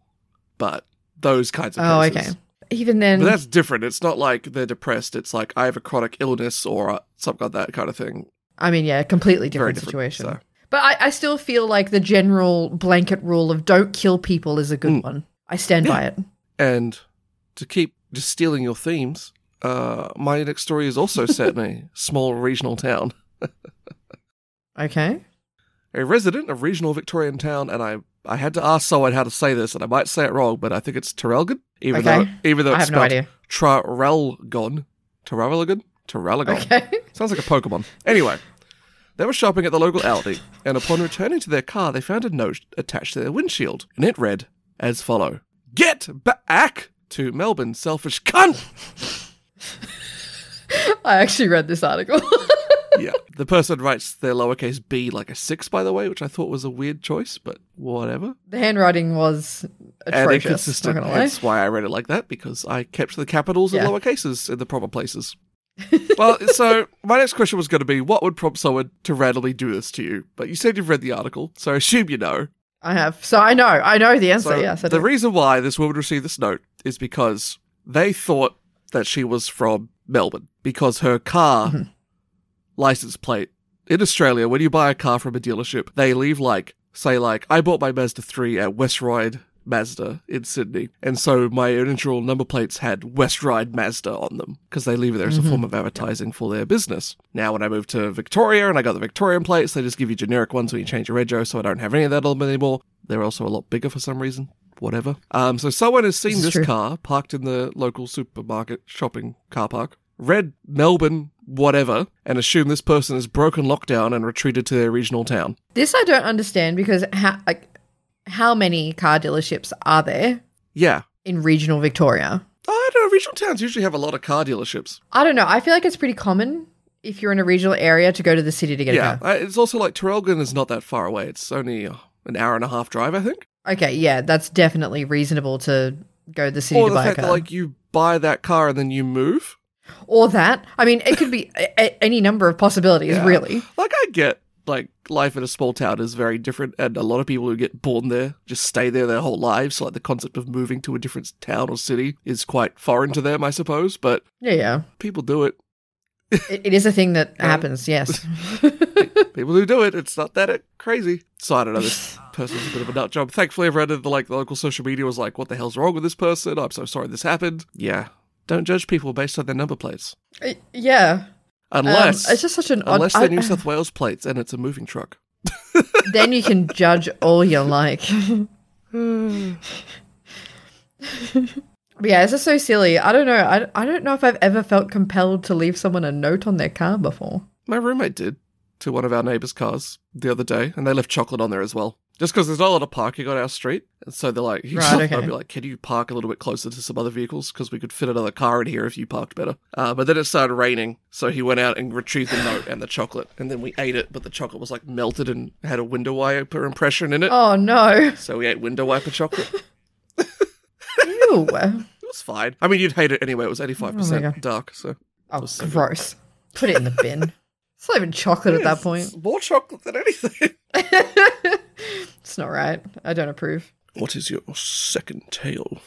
Speaker 2: But those kinds of
Speaker 1: oh,
Speaker 2: cases.
Speaker 1: okay. Even then,
Speaker 2: But that's different. It's not like they're depressed. It's like I have a chronic illness or uh, something like that kind of thing.
Speaker 1: I mean, yeah, completely
Speaker 2: Very
Speaker 1: different,
Speaker 2: different,
Speaker 1: situation.
Speaker 2: so.
Speaker 1: But I, I still feel like the general blanket rule of don't kill people is a good
Speaker 2: Mm.
Speaker 1: one. I stand by it.
Speaker 2: And to keep just stealing your themes, uh, my next story is also set in a small regional town.
Speaker 1: Okay.
Speaker 2: a resident of regional Victorian town, and I, I had to ask someone how to say this, and I might say it wrong, but I think it's Terrelgan, even
Speaker 1: Okay.
Speaker 2: though even though
Speaker 1: I
Speaker 2: it's
Speaker 1: have no
Speaker 2: spelled
Speaker 1: idea.
Speaker 2: Traralgon. Terrelgan? Terrelgon.
Speaker 1: Okay.
Speaker 2: Sounds like a Pokemon. Anyway, they were shopping at the local Aldi, and upon returning to their car, they found a note attached to their windshield, and it read as follow: "Get back to Melbourne, selfish cunt."
Speaker 1: I actually read this article.
Speaker 2: yeah. The person writes their lowercase b like a six, by the way, which I thought was a weird choice, but whatever.
Speaker 1: the handwriting was
Speaker 2: and
Speaker 1: atrocious. Not
Speaker 2: inconsistent.
Speaker 1: gonna lie.
Speaker 2: That's why I read it like that because I kept the capitals
Speaker 1: Yeah.
Speaker 2: and lower cases in the proper places. well, so my next question was going to be, what would prompt someone to randomly do this to you? But you said you've read the article, so I assume you know.
Speaker 1: I have. So I know. I know the answer.
Speaker 2: So
Speaker 1: yes. I
Speaker 2: the
Speaker 1: do.
Speaker 2: reason why this woman received this note is because they thought that she was from Melbourne because her car
Speaker 1: Mm-hmm.
Speaker 2: license plate in Australia, when you buy a car from a dealership, they leave like say like I bought my Mazda three at Westroyd Mazda in Sydney, and so my initial number plates had Westroyd Mazda on them because they leave it there
Speaker 1: Mm-hmm.
Speaker 2: as a form of advertising for their business. Now, when I moved to Victoria and I got the Victorian plates, they just give you generic ones when you change your rego, so I don't have any of that on them anymore. They're also a lot bigger for some reason. Whatever. Um, so someone has seen
Speaker 1: This is
Speaker 2: this
Speaker 1: true.
Speaker 2: car parked in the local supermarket shopping car park, read Melbourne, whatever, and assume this person has broken lockdown and retreated to their regional town.
Speaker 1: this I don't understand because how like how many car dealerships are there
Speaker 2: Yeah.
Speaker 1: in regional Victoria?
Speaker 2: I don't know. Regional towns usually have a lot of car dealerships.
Speaker 1: I don't know. I feel like it's pretty common if you're in a regional area to go to the city to get a
Speaker 2: yeah.
Speaker 1: car.
Speaker 2: I- it's also like Terrelgan is not that far away. It's only uh, an hour and a half drive, I think.
Speaker 1: Okay, yeah, that's definitely reasonable to go to the city
Speaker 2: or
Speaker 1: to
Speaker 2: the
Speaker 1: buy a
Speaker 2: fact
Speaker 1: car.
Speaker 2: that like you buy that car and then you move.
Speaker 1: or that. I mean, it could be a- a- any number of possibilities,
Speaker 2: Yeah.
Speaker 1: really.
Speaker 2: Like I get like life in a small town is very different and a lot of people who get born there just stay there their whole lives. So like the concept of moving to a different town or city is quite foreign to them, I suppose, but
Speaker 1: Yeah, yeah.
Speaker 2: people do it.
Speaker 1: It, it is a thing that happens, yes.
Speaker 2: People who do it, it's not that crazy. So I don't know. This person's a bit of a nut job. Thankfully, I've read it. The like the local social media was like, "What the hell's wrong with this person? I'm so sorry this happened." Yeah, don't judge people based on their number plates,
Speaker 1: Uh, yeah. Um,
Speaker 2: unless
Speaker 1: it's just such an odd.
Speaker 2: unless they're
Speaker 1: I-
Speaker 2: New South Wales plates and it's a moving truck.
Speaker 1: then you can judge all you like. but yeah, it's just so silly. I don't know. I, I don't know if I've ever felt compelled to leave someone a note on their car before.
Speaker 2: My roommate did to one of our neighbors' cars the other day, and they left chocolate on there as well. Just because there's not a lot of parking on our street, and so they're like,
Speaker 1: Right, okay.
Speaker 2: I'd be like, can you park a little bit closer to some other vehicles because we could fit another car in here if you parked better. Uh, but then it started raining, so he went out and retrieved the note and the chocolate, and then we ate it, but the chocolate was like melted and had a window wiper impression in it,
Speaker 1: Oh no!
Speaker 2: so we ate window wiper chocolate. it
Speaker 1: Ew. Oh
Speaker 2: was fine. I mean, you'd hate it anyway. It was 85%
Speaker 1: Oh my God.
Speaker 2: dark, so
Speaker 1: Oh, gross. Put it in the bin. It's not even chocolate at that point.
Speaker 2: It's more chocolate than anything.
Speaker 1: It's not right. I don't approve.
Speaker 2: What is your second tale?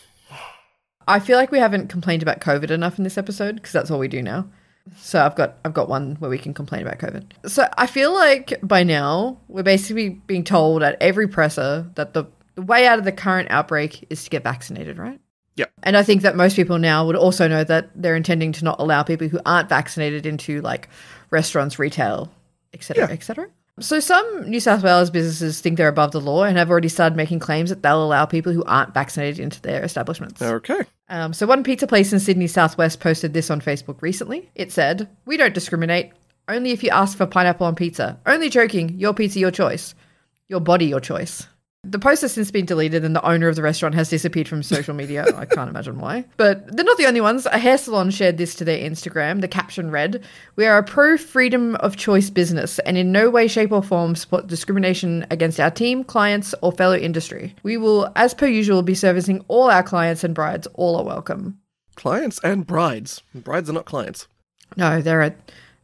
Speaker 1: I feel like we haven't complained about COVID enough in this episode because that's all we do now. So I've got I've got one where we can complain about COVID. So I feel like by now we're basically being told at every presser that the, the way out of the current outbreak is to get vaccinated, right?
Speaker 2: Yep.
Speaker 1: And I think that most people now would also know that they're intending to not allow people who aren't vaccinated into like restaurants, retail, etc., cetera,
Speaker 2: Yeah.
Speaker 1: etc. Cetera. So some New South Wales businesses think they're above the law and have already started making claims that they'll allow people who aren't vaccinated into their establishments.
Speaker 2: Okay.
Speaker 1: Um, so, one pizza place in Sydney Southwest posted this on Facebook recently. It said, We don't discriminate. Only if you ask for pineapple on pizza. Only joking. Your pizza, your choice. Your body, your choice. The post has since been deleted, and the owner of the restaurant has disappeared from social media. I can't imagine why. But they're not the only ones. A hair salon shared this to their Instagram. The caption read We are a pro freedom of choice business and in no way, shape, or form support discrimination against our team, clients, or fellow industry. We will, as per usual, be servicing all our clients and brides. All are welcome.
Speaker 2: Clients and brides. Brides are not clients.
Speaker 1: No, they're a,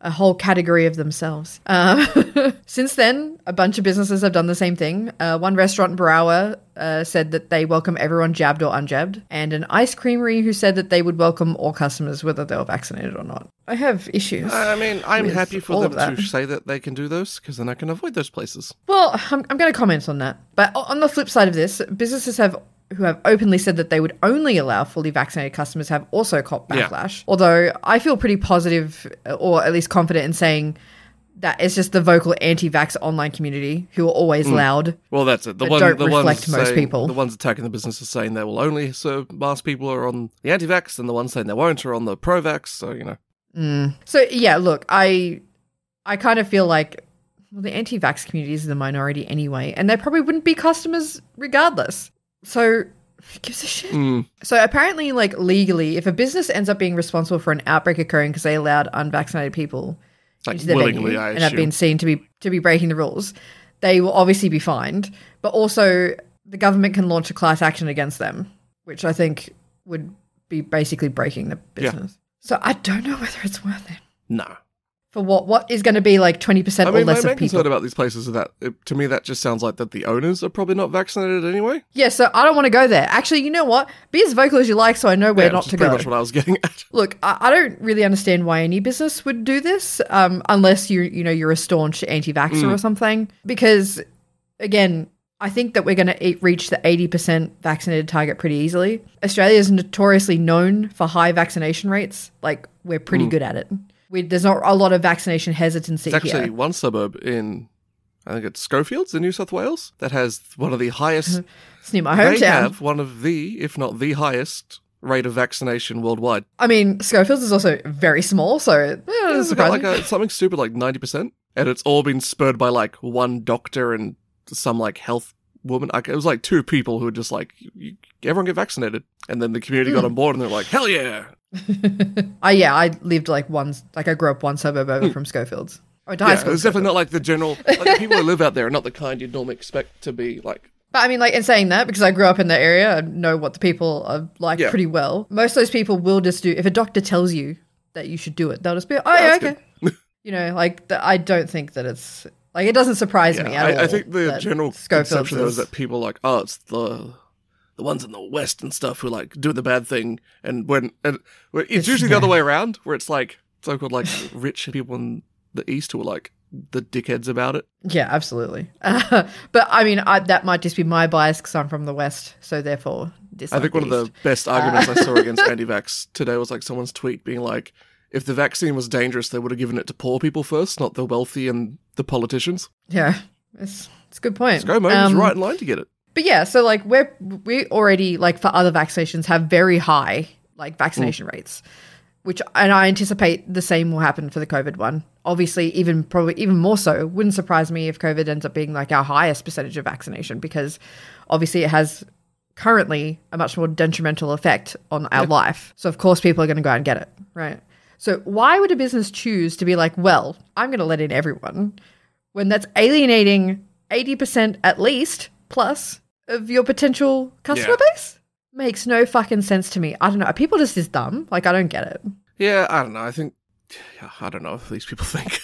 Speaker 1: a whole category of themselves. Um, since then, a bunch of businesses have done the same thing. Uh, one restaurant, Brower, uh, said that they welcome everyone jabbed or unjabbed, and an ice creamery who said that they would welcome all customers, whether they were vaccinated or not. I have issues.
Speaker 2: I mean, I'm
Speaker 1: With
Speaker 2: happy
Speaker 1: all
Speaker 2: for them
Speaker 1: of that.
Speaker 2: to say that they can do those because then I can avoid those places.
Speaker 1: Well, I'm, I'm going to comment on that. But o- on the flip side of this, businesses have who have openly said that they would only allow fully vaccinated customers have also caught
Speaker 2: Yeah.
Speaker 1: backlash. Although I feel pretty positive, uh, or at least confident in saying that it's just the vocal anti-vax online community who are always loud.
Speaker 2: Well, that's it. The
Speaker 1: That
Speaker 2: one,
Speaker 1: don't
Speaker 2: the
Speaker 1: reflect
Speaker 2: ones
Speaker 1: most
Speaker 2: saying-
Speaker 1: people.
Speaker 2: The ones attacking the business are saying they will only serve mask people are on the anti-vax, and the ones saying they won't are on the pro-vax. So you know,
Speaker 1: So yeah, look, I I kind of feel like well, the anti-vax community is the minority anyway, and they probably wouldn't be customers regardless. So who gives a shit? So apparently, like legally, if a business ends up being responsible for an outbreak occurring because they allowed unvaccinated people
Speaker 2: it's like
Speaker 1: into their
Speaker 2: willingly,
Speaker 1: venue
Speaker 2: I
Speaker 1: and have
Speaker 2: assume.
Speaker 1: been seen to be to be breaking the rules, they will obviously be fined. But also, the government can launch a class action against them, which I think would be basically breaking the business. So I don't know whether it's worth it
Speaker 2: No,
Speaker 1: for what what is going to be like twenty percent
Speaker 2: I
Speaker 1: or
Speaker 2: mean, my
Speaker 1: less
Speaker 2: main
Speaker 1: of people.
Speaker 2: concern about these places is that it, to me that just sounds like that the owners are probably not vaccinated anyway.
Speaker 1: yeah, so I don't want to go there. Actually, you know what? Be as vocal as you like, so I know where
Speaker 2: Yeah,
Speaker 1: not
Speaker 2: which is
Speaker 1: to go.
Speaker 2: pretty much what I was getting at.
Speaker 1: Look, I, I don't really understand why any business would do this, um, unless you you know you're a staunch anti-vaxxer
Speaker 2: Mm.
Speaker 1: or something. Because again, I think that we're going to reach the eighty percent vaccinated target pretty easily. Australia is notoriously known for high vaccination rates. Like we're pretty good at it. We, there's not a lot of vaccination hesitancy
Speaker 2: Mm. It's actually
Speaker 1: here.
Speaker 2: one suburb in, I think it's Schofields in New South Wales that has one of the
Speaker 1: Uh-huh.
Speaker 2: highest
Speaker 1: It's near my
Speaker 2: They
Speaker 1: hometown.
Speaker 2: have one of the, if not the highest, rate of vaccination worldwide.
Speaker 1: I mean, Schofields is also very small, so eh, it's
Speaker 2: It's got
Speaker 1: surprising.
Speaker 2: like a, something stupid like 90%. And it's all been spurred by like one doctor and some like health woman. Like, it was like two people who were just like, "You- you- everyone get vaccinated. And then the community
Speaker 1: Hmm.
Speaker 2: got on board and they're like, hell yeah.
Speaker 1: I yeah, I lived like one, like I grew up one suburb over from Schofields. I went to high
Speaker 2: Hmm. yeah,
Speaker 1: school. in
Speaker 2: it's definitely not like the general, like the people who live out there are not the kind you'd normally expect to be like,
Speaker 1: But I mean, like in saying that, because I grew up in the area, I know what the people are like
Speaker 2: Yeah.
Speaker 1: pretty well. Most of those people will just do. If a doctor tells you that you should do it, they'll just be, oh yeah,
Speaker 2: that's
Speaker 1: okay. you know, like the, I don't think that it's like it doesn't surprise me at
Speaker 2: I,
Speaker 1: all.
Speaker 2: I think the
Speaker 1: that
Speaker 2: general
Speaker 1: Schofields
Speaker 2: conception though,
Speaker 1: is-
Speaker 2: is that people are like, oh, it's the the ones in the West and stuff who like do the bad thing, and when and well, it's, usually the other way around, where it's like so called like rich people in the East who are like the dickheads about it.
Speaker 1: Yeah, absolutely. but I mean, I, that might just be my bias because I'm from the West, so therefore, this.
Speaker 2: I think one of the best
Speaker 1: Uh.
Speaker 2: arguments I saw against anti vax today was like someone's tweet being like, if the vaccine was dangerous, they would have given it to poor people first, not the wealthy and the politicians.
Speaker 1: yeah, it's, it's a good point.
Speaker 2: ScoMo was
Speaker 1: Um,
Speaker 2: right in line to get it.
Speaker 1: But yeah, so like we're we already like for other vaccinations have very high like vaccination rates, which and I anticipate the same will happen for the COVID one. Obviously, even probably even more so. Wouldn't surprise me if COVID ends up being like our highest percentage of vaccination because obviously it has currently a much more detrimental effect on our life. So of course people are going to go out and get it, right? So why would a business choose to be like, well, I'm going to let in everyone when that's alienating 80% at least plus of your potential customer
Speaker 2: Yeah.
Speaker 1: base? Makes no fucking sense to me. I don't know. Are people just this dumb? Like, I don't get it.
Speaker 2: Yeah, I don't know. I think, yeah, I don't know if these people think.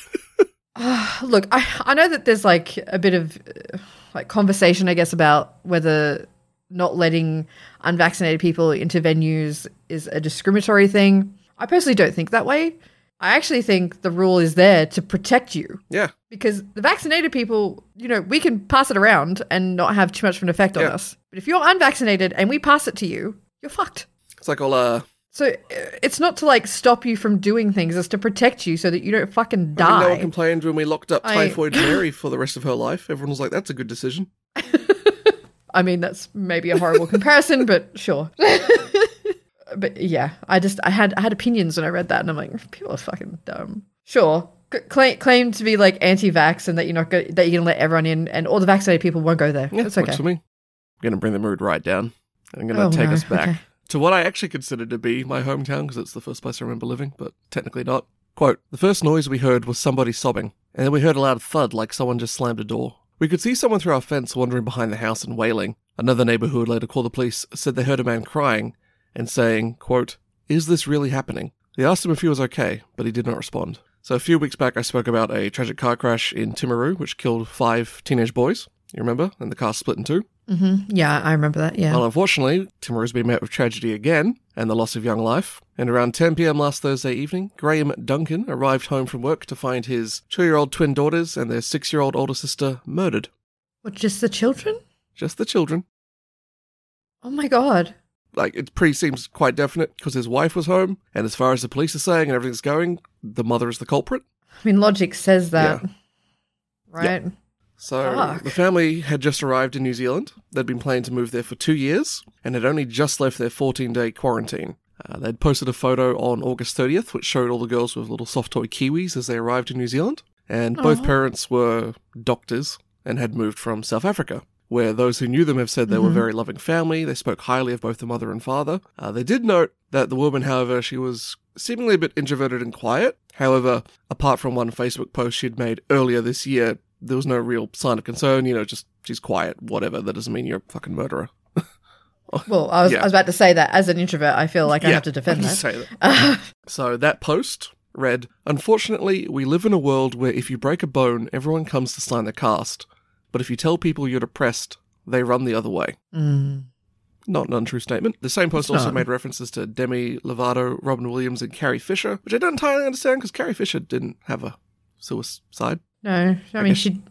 Speaker 1: Look, I, I know that there's like a bit of uh, like conversation, I guess, about whether not letting unvaccinated people into venues is a discriminatory thing. I personally don't think that way. I actually think the rule is there to protect you
Speaker 2: yeah.
Speaker 1: because the vaccinated people, you know, we can pass it around and not have too much of an effect on
Speaker 2: Yeah.
Speaker 1: us. But if you're unvaccinated and we pass it to you, you're fucked.
Speaker 2: It's like all, uh,
Speaker 1: So uh, it's not to like stop you from doing things, it's to protect you so that you don't fucking
Speaker 2: I mean, no
Speaker 1: die.
Speaker 2: one complained when we locked up
Speaker 1: I-
Speaker 2: Typhoid Mary for the rest of her life. Everyone was like, that's a good decision.
Speaker 1: I mean, that's maybe a horrible comparison, but sure. Uh, but yeah, I just I had I had opinions when I read that, and I'm like, people are fucking dumb. Sure, c- claim claim to be like anti-vax and that you're not go- that you're gonna let everyone in, and all the vaccinated people won't go there.
Speaker 2: Yeah,
Speaker 1: it's okay.
Speaker 2: works for me. I'm going to bring the mood right down. I'm going to
Speaker 1: Oh,
Speaker 2: take
Speaker 1: no.
Speaker 2: us back
Speaker 1: Okay.
Speaker 2: to what I actually consider to be my hometown because it's the first place I remember living, but technically not. Quote The first noise we heard was somebody sobbing, and then we heard a loud thud like someone just slammed a door. We could see someone through our fence wandering behind the house and wailing. Another neighbor who would later call the police said they heard a man crying and saying, quote, Is this really happening? They asked him if he was okay, but he did not respond. So a few weeks back, I spoke about a tragic car crash in Timaru, which killed five teenage boys. You remember? And the car split in two.
Speaker 1: hmm Yeah, I remember that. Yeah.
Speaker 2: Well, uh, unfortunately, Timur has been met with tragedy again and the loss of young life. And around 10 p.m. last Thursday evening, Graham Duncan arrived home from work to find his two year old twin daughters and their six year old older sister murdered.
Speaker 1: What, just the children?
Speaker 2: Just the children.
Speaker 1: Oh my god.
Speaker 2: Like, it pretty seems quite definite because his wife was home, and as far as the police are saying and everything's going, the mother is the culprit.
Speaker 1: I mean, logic says that,
Speaker 2: Yeah.
Speaker 1: right?
Speaker 2: So
Speaker 1: Fuck.
Speaker 2: the family had just arrived in New Zealand. They'd been planning to move there for two years and had only just left their 14 day quarantine. Uh, they'd posted a photo on August 30th, which showed all the girls with little soft toy kiwis as they arrived in New Zealand. And both
Speaker 1: Aw.
Speaker 2: parents were doctors and had moved from South Africa, where those who knew them have said they were a very loving family. They spoke highly of both the mother and father. Uh, they did note that the woman, however, she was seemingly a bit introverted and quiet. However, apart from one Facebook post she'd made earlier this year, there was no real sign of concern. You know, just she's quiet, whatever. That doesn't mean you're a fucking murderer.
Speaker 1: Well, I was,
Speaker 2: Yeah.
Speaker 1: I was about to say that as an introvert, I feel like I
Speaker 2: Yeah,
Speaker 1: have to defend
Speaker 2: I'll just
Speaker 1: that.
Speaker 2: say that. So that post read Unfortunately, we live in a world where if you break a bone, everyone comes to sign the cast. But if you tell people you're depressed, they run the other way.
Speaker 1: Mm.
Speaker 2: Not an untrue statement. The same post
Speaker 1: It's
Speaker 2: also
Speaker 1: not.
Speaker 2: made references to Demi Lovato, Robin Williams, and Carrie Fisher, which I don't entirely understand because Carrie Fisher didn't have a suicide.
Speaker 1: No, I mean,
Speaker 2: guess-
Speaker 1: she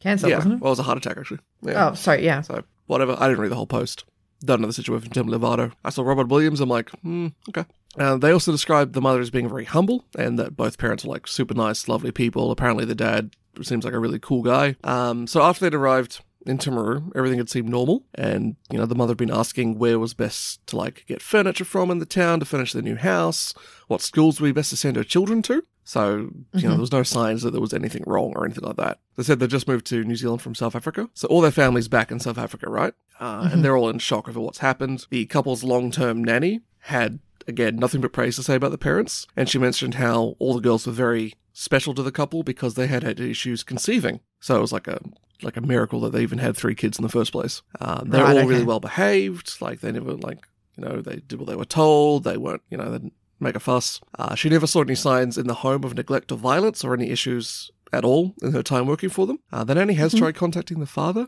Speaker 1: cancer,
Speaker 2: yeah,
Speaker 1: wasn't it?
Speaker 2: well, it was a heart attack actually. Yeah.
Speaker 1: Oh, sorry, yeah.
Speaker 2: So whatever. I didn't read the whole post. Don't know the situation with Tim Lovato. I saw Robert Williams. I'm like, hmm, okay. Uh, they also described the mother as being very humble and that both parents were like super nice, lovely people. Apparently, the dad seems like a really cool guy. Um, so after they'd arrived in Timaru, everything had seemed normal, and you know the mother had been asking where was best to like get furniture from in the town to furnish their new house, what schools would be best to send her children to. So you know there was no signs that there was anything wrong or anything like that. They said they just moved to New Zealand from South Africa, so all their family's back in South Africa, right? Uh,
Speaker 1: Mm-hmm.
Speaker 2: And they're all in shock over what's happened. The couple's long-term nanny had again nothing but praise to say about the parents, and she mentioned how all the girls were very special to the couple because they had had issues conceiving. So it was like a like a miracle that they even had three kids in the first place. Um, they're
Speaker 1: Right,
Speaker 2: all
Speaker 1: okay.
Speaker 2: really well behaved. Like they never like you know they did what they were told. They weren't you know they didn't make a fuss. Uh, she never saw any signs in the home of neglect or violence or any issues at all in her time working for them. Uh, the nanny has
Speaker 1: Mhm.
Speaker 2: tried contacting the father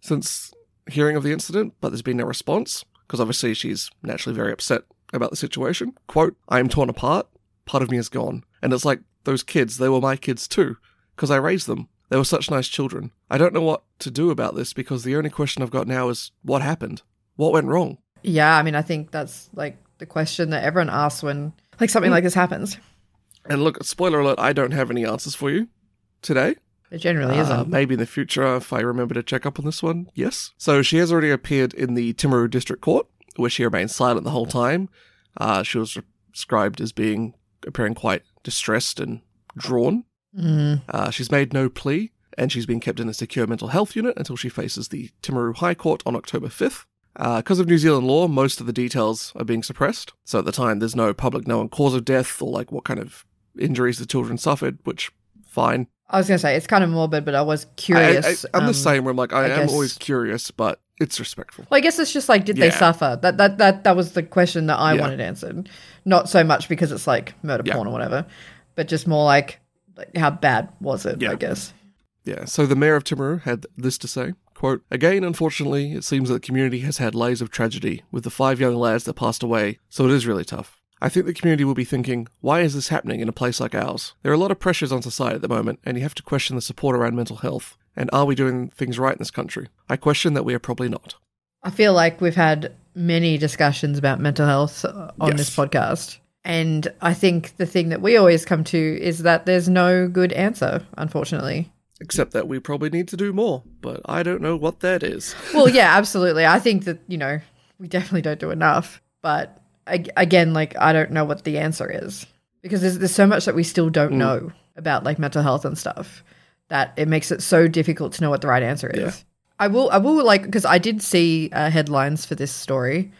Speaker 2: since hearing of the incident, but there's been no response because obviously she's naturally very upset about the situation. Quote, I am torn apart. Part of me is gone. And it's like, those kids, they were my kids too, because I raised them. They were such nice children. I don't know what to do about this because the only question I've got now is what happened? What went wrong?
Speaker 1: Yeah, I mean, I think that's like the question that everyone asks when like
Speaker 2: Mm.
Speaker 1: something like this happens.
Speaker 2: And look, spoiler alert, I don't have any answers for you today.
Speaker 1: It generally
Speaker 2: Uh,
Speaker 1: isn't.
Speaker 2: maybe in the future, if I remember to check up on this one, yes. So she has already appeared in the Timaru District Court, where she remained silent the whole time. Uh, she was described as being appearing quite distressed and drawn.
Speaker 1: Mm.
Speaker 2: Uh, she's made no plea, and she's been kept in a secure mental health unit until she faces the Timaru High Court on October 5th. Because of New Zealand law, most of the details are being suppressed. So at the time, there's no public known cause of death or like what kind of injuries the children suffered, which fine.
Speaker 1: I was gonna say it's kind of morbid, but I was curious.
Speaker 2: I, I, am
Speaker 1: um,
Speaker 2: the same. Where I'm like, I,
Speaker 1: I
Speaker 2: am
Speaker 1: guess-
Speaker 2: always curious, but it's respectful.
Speaker 1: Well, I guess it's just like, did they
Speaker 2: Yeah.
Speaker 1: suffer? That that that that was the question that I
Speaker 2: Yeah.
Speaker 1: wanted answered. Not so much because it's like murder
Speaker 2: Yeah.
Speaker 1: porn or whatever, but just more like, like how bad was it?
Speaker 2: Yeah.
Speaker 1: I guess.
Speaker 2: Yeah. So the mayor of Timaru had this to say: "Quote again. Unfortunately, it seems that the community has had layers of tragedy with the five young lads that passed away. So it is really tough." I think the community will be thinking, why is this happening in a place like ours? There are a lot of pressures on society at the moment, and you have to question the support around mental health. And are we doing things right in this country? I question that we are probably not.
Speaker 1: I feel like we've had many discussions about mental health uh, on
Speaker 2: Yes.
Speaker 1: this podcast. And I think the thing that we always come to is that there's no good answer, unfortunately.
Speaker 2: Except that we probably need to do more, but I don't know what that is.
Speaker 1: Well, yeah, absolutely. I think that, you know, we definitely don't do enough. But ag- again, like, I don't know what the answer is because there's, there's so much that we still
Speaker 2: Mm.
Speaker 1: don't know about like mental health and stuff that it makes it so difficult to know what the right answer is.
Speaker 2: Yeah.
Speaker 1: I will, I will like, because I did see uh, headlines for this story.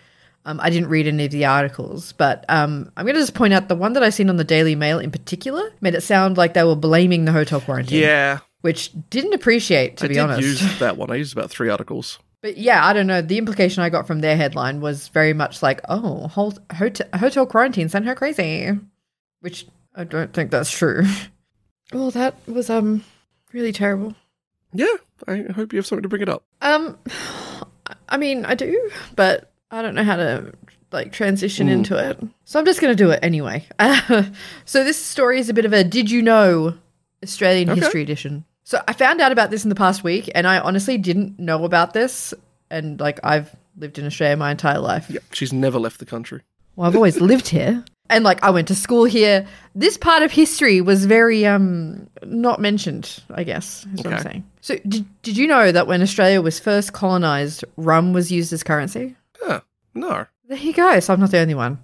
Speaker 1: Um, I didn't read any of the articles, but um, I'm going to just point out the one that I seen on the Daily Mail in particular made it sound like they were blaming the hotel quarantine,
Speaker 2: Yeah,
Speaker 1: which didn't appreciate, to
Speaker 2: I
Speaker 1: be
Speaker 2: did
Speaker 1: honest.
Speaker 2: use that one. I used about three articles.
Speaker 1: But yeah, I don't know. The implication I got from their headline was very much like, "Oh, hol- hotel, hotel quarantine sent her crazy," which I don't think that's true. Well, that was um really terrible.
Speaker 2: Yeah, I hope you have something to bring it up.
Speaker 1: Um, I mean, I do, but I don't know how to like transition into it, so I'm just gonna do it anyway. so this story is a bit of a "Did you know?" Australian
Speaker 2: Okay.
Speaker 1: History Edition. So I found out about this in the past week, and I honestly didn't know about this. And like, I've lived in Australia my entire life.
Speaker 2: Yep. She's never left the country.
Speaker 1: Well, I've always lived here. And like I went to school here. This part of history was very um not mentioned, I guess, is what I'm
Speaker 2: Okay.
Speaker 1: saying. So did, did you know that when Australia was first colonized, rum was used as currency?
Speaker 2: Huh. Ah, No.
Speaker 1: There you go. So I'm not the only one.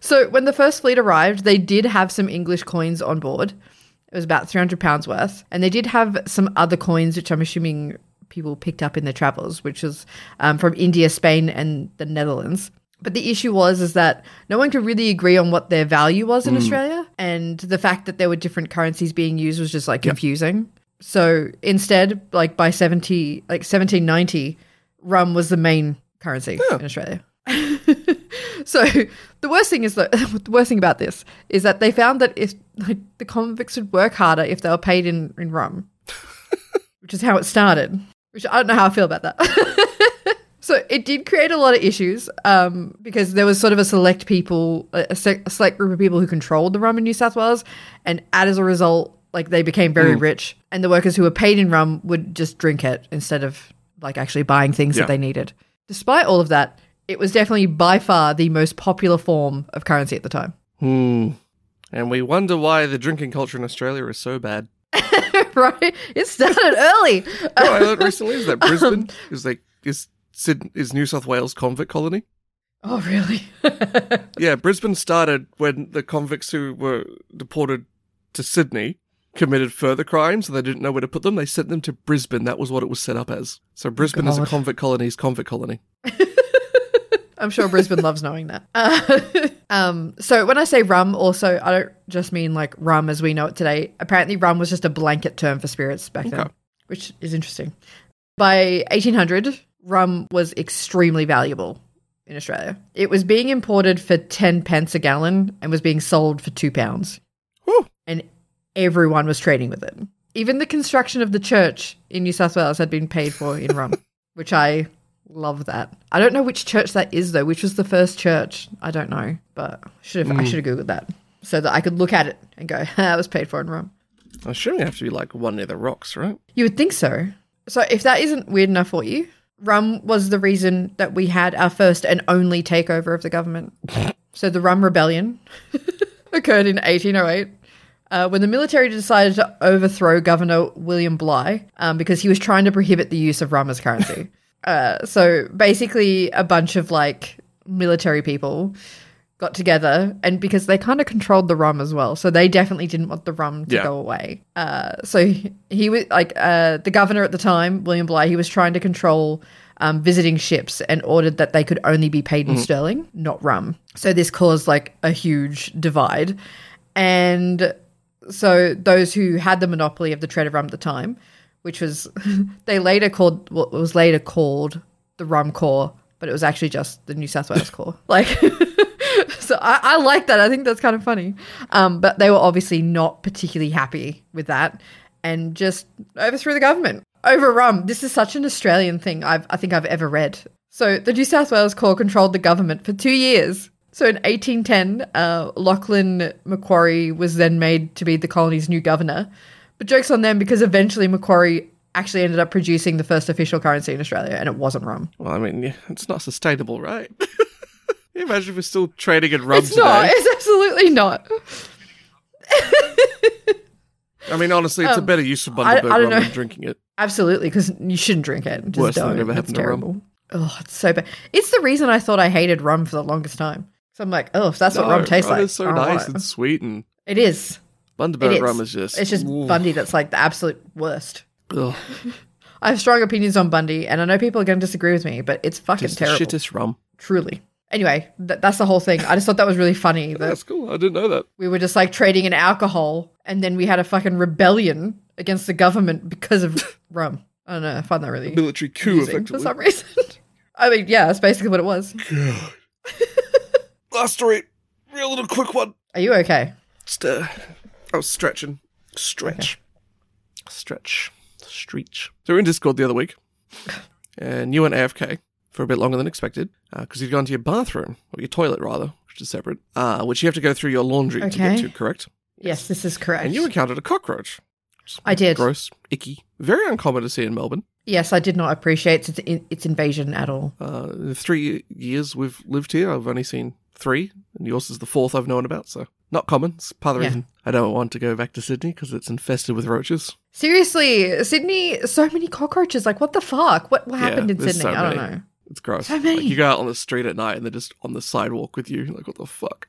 Speaker 1: So when the first fleet arrived, they did have some English coins on board. It was about 300 pounds worth. And they did have some other coins, which I'm assuming people picked up in their travels, which was um, from India, Spain, and the Netherlands. But the issue was is that no one could really agree on what their value was in Australia, and the fact that there were different currencies being used was just like confusing. So instead, like by 70 like 1790, rum was the main currency in Australia. So the worst thing is that the worst thing about this is that they found that if like, the convicts would work harder if they were paid in in rum, which is how it started. Which I don't know how I feel about that. so it did create a lot of issues um, because there was sort of a select people, a, a se- a select group of people who controlled the rum in New South Wales, and as a result, like they became very rich, and the workers who were paid in rum would just drink it instead of like actually buying things
Speaker 2: Yeah.
Speaker 1: that they needed. Despite all of that, it was definitely by far the most popular form of currency at the time.
Speaker 2: Hmm. And we wonder why the drinking culture in Australia is so bad.
Speaker 1: right? It started early.
Speaker 2: Oh, I learned recently is that Brisbane is like is Syd- is New South Wales convict colony.
Speaker 1: Oh, really?
Speaker 2: Yeah, Brisbane started when the convicts who were deported to Sydney committed further crimes and they didn't know where to put them. They sent them to Brisbane. That was what it was set up as. So Brisbane is a
Speaker 1: God.
Speaker 2: convict colony's convict colony.
Speaker 1: I'm sure Brisbane loves knowing that. Uh, um, so when I say rum, also I don't just mean like rum as we know it today. Apparently, rum was just a blanket term for spirits back then,
Speaker 2: Okay.
Speaker 1: which is interesting. By 1800, rum was extremely valuable in Australia. It was being imported for 10 pence a gallon and was being sold for two pounds.
Speaker 2: Whew.
Speaker 1: and everyone was trading with it. Even the construction of the church in New South Wales had been paid for in rum, which I love that. I don't know which church that is though, which was the first church. I don't know, but should have I should have googled that. so that I could look at it and go, "I was paid for in Rome."
Speaker 2: I assume you have to be like one near the rocks, right?
Speaker 1: You would think so. So if that isn't weird enough for you, rum was the reason that we had our first and only takeover of the government. so the Rum Rebellion occurred in 1808. Uh, when the military decided to overthrow Governor William Bligh um, because he was trying to prohibit the use of rum as currency. uh, so basically, a bunch of like military people got together, and because they kind of controlled the rum as well, so they definitely didn't want the rum to
Speaker 2: Yeah.
Speaker 1: go away. Uh, so he, he was like uh, the governor at the time, William Bligh. He was trying to control um, visiting ships and ordered that they could only be paid in sterling, not rum. So this caused like a huge divide, and so those who had the monopoly of the trade of rum at the time, which was they later called what was later called the Rum Corps, but it was actually just the New South Wales Corps. Like, so I, I like that. I think that's kind of funny. Um, but they were obviously not particularly happy with that, and just overthrew the government over rum. This is such an Australian thing. I've, I think I've ever read. So the New South Wales Corps controlled the government for two years. So in 1810, uh, Lachlan Macquarie was then made to be the colony's new governor. But joke's on them because eventually Macquarie actually ended up producing the first official currency in Australia, and it wasn't rum.
Speaker 2: Well, I mean, yeah, it's not sustainable, right? Can you imagine if we're still trading in rum
Speaker 1: It's
Speaker 2: today?
Speaker 1: not. It's absolutely not.
Speaker 2: I mean, honestly, it's a better use of
Speaker 1: Um, I- I
Speaker 2: Bundaberg
Speaker 1: don't
Speaker 2: rum
Speaker 1: know.
Speaker 2: than drinking it.
Speaker 1: Absolutely, because you shouldn't drink it. Just
Speaker 2: Worst thing
Speaker 1: don't.
Speaker 2: that ever
Speaker 1: It's
Speaker 2: happened to rum.
Speaker 1: terrible. Oh, it's so bad. It's the reason I thought I hated rum for the longest time. So I'm like, oh, if that's what rum tastes like, Oh,
Speaker 2: It's so
Speaker 1: I don't want
Speaker 2: nice
Speaker 1: it.
Speaker 2: and sweet, and
Speaker 1: It is. It
Speaker 2: Bundaberg
Speaker 1: is.
Speaker 2: rum is just.
Speaker 1: It's just
Speaker 2: Ooh,
Speaker 1: Bundy that's like the absolute worst.
Speaker 2: ugh,
Speaker 1: I have strong opinions on Bundy, and I know people are going to disagree with me, but it's fucking
Speaker 2: it's the
Speaker 1: terrible.
Speaker 2: shittest rum.
Speaker 1: Truly. Anyway, th- that's the whole thing. I just thought that was really funny that
Speaker 2: That's cool. I didn't know that.
Speaker 1: we were just like trading in alcohol, and then we had a fucking rebellion against the government because of rum. I don't know. I find that really
Speaker 2: Military coup,
Speaker 1: amusing for
Speaker 2: effectively.
Speaker 1: some reason. I mean, yeah, that's basically what it was.
Speaker 2: Last story, real little quick one.
Speaker 1: Are you okay?
Speaker 2: Just, uh, I was stretching. Stretch. Stretch. Stretch. So we were in Discord the other week, and you went AFK for a bit longer than expected because you'd gone to your bathroom, or your toilet rather, which is separate, uh, which you have to go through your laundry to get
Speaker 1: Okay.
Speaker 2: to, correct?
Speaker 1: Yes, this is correct.
Speaker 2: And you encountered a cockroach.
Speaker 1: I did.
Speaker 2: Gross, icky, very uncommon to see in Melbourne.
Speaker 1: Yes, I did not appreciate its, its invasion at all.
Speaker 2: Uh, the three years we've lived here, I've only seen three, and yours is the fourth I've known about, so not common. It's part of the
Speaker 1: Yeah.
Speaker 2: reason I don't want to go back to Sydney because it's infested with roaches.
Speaker 1: Seriously, Sydney, so many cockroaches. Like, what the fuck? What, what
Speaker 2: Yeah,
Speaker 1: happened in
Speaker 2: there's
Speaker 1: Sydney?
Speaker 2: so
Speaker 1: I don't
Speaker 2: many.
Speaker 1: know.
Speaker 2: It's gross.
Speaker 1: So
Speaker 2: Like
Speaker 1: many.
Speaker 2: you go out on the street at night and they're just on the sidewalk with you. Like what the fuck?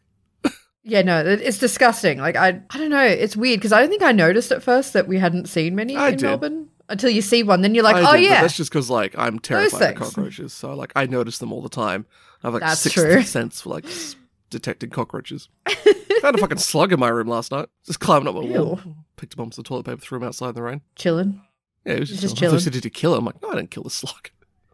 Speaker 1: Yeah, no, it- it's disgusting. Like I, I don't know. It's weird because I don't think I noticed at first that we hadn't seen many
Speaker 2: I
Speaker 1: in
Speaker 2: did.
Speaker 1: Melbourne until you see one. Then you're like,
Speaker 2: I
Speaker 1: oh
Speaker 2: did, but
Speaker 1: yeah,
Speaker 2: that's just because like I'm terrified of
Speaker 1: things.
Speaker 2: cockroaches. So like I notice them all the time. I have like
Speaker 1: That's
Speaker 2: six
Speaker 1: true.
Speaker 2: sense for like s- detecting cockroaches. Found a fucking slug in my room last night. Just climbing up my wall. Picked him up some toilet paper, threw him outside in the rain.
Speaker 1: chilling.
Speaker 2: Yeah, it was
Speaker 1: It's
Speaker 2: just,
Speaker 1: just
Speaker 2: chilling. I thought you
Speaker 1: chilling.
Speaker 2: said, did you kill him? I'm like, no, I didn't kill the slug.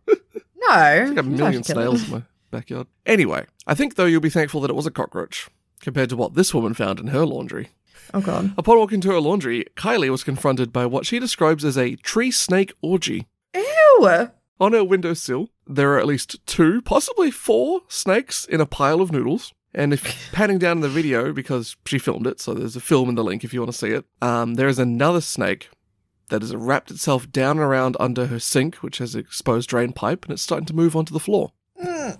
Speaker 1: No, I
Speaker 2: I think a million snails in my backyard. Anyway, I think though you'll be thankful that it was a cockroach compared to what this woman found in her laundry.
Speaker 1: Oh god,
Speaker 2: Upon walking to her laundry, Kylie was confronted by what she describes as a tree snake orgy.
Speaker 1: ew.
Speaker 2: On her windowsill, there are at least two, possibly four snakes in a pile of noodles. And if panning down in the video, because she filmed it, so there's a film in the link if you want to see it, um, there is another snake that has wrapped itself down and around under her sink, which has an exposed drain pipe, and it's starting to move onto the floor.
Speaker 1: I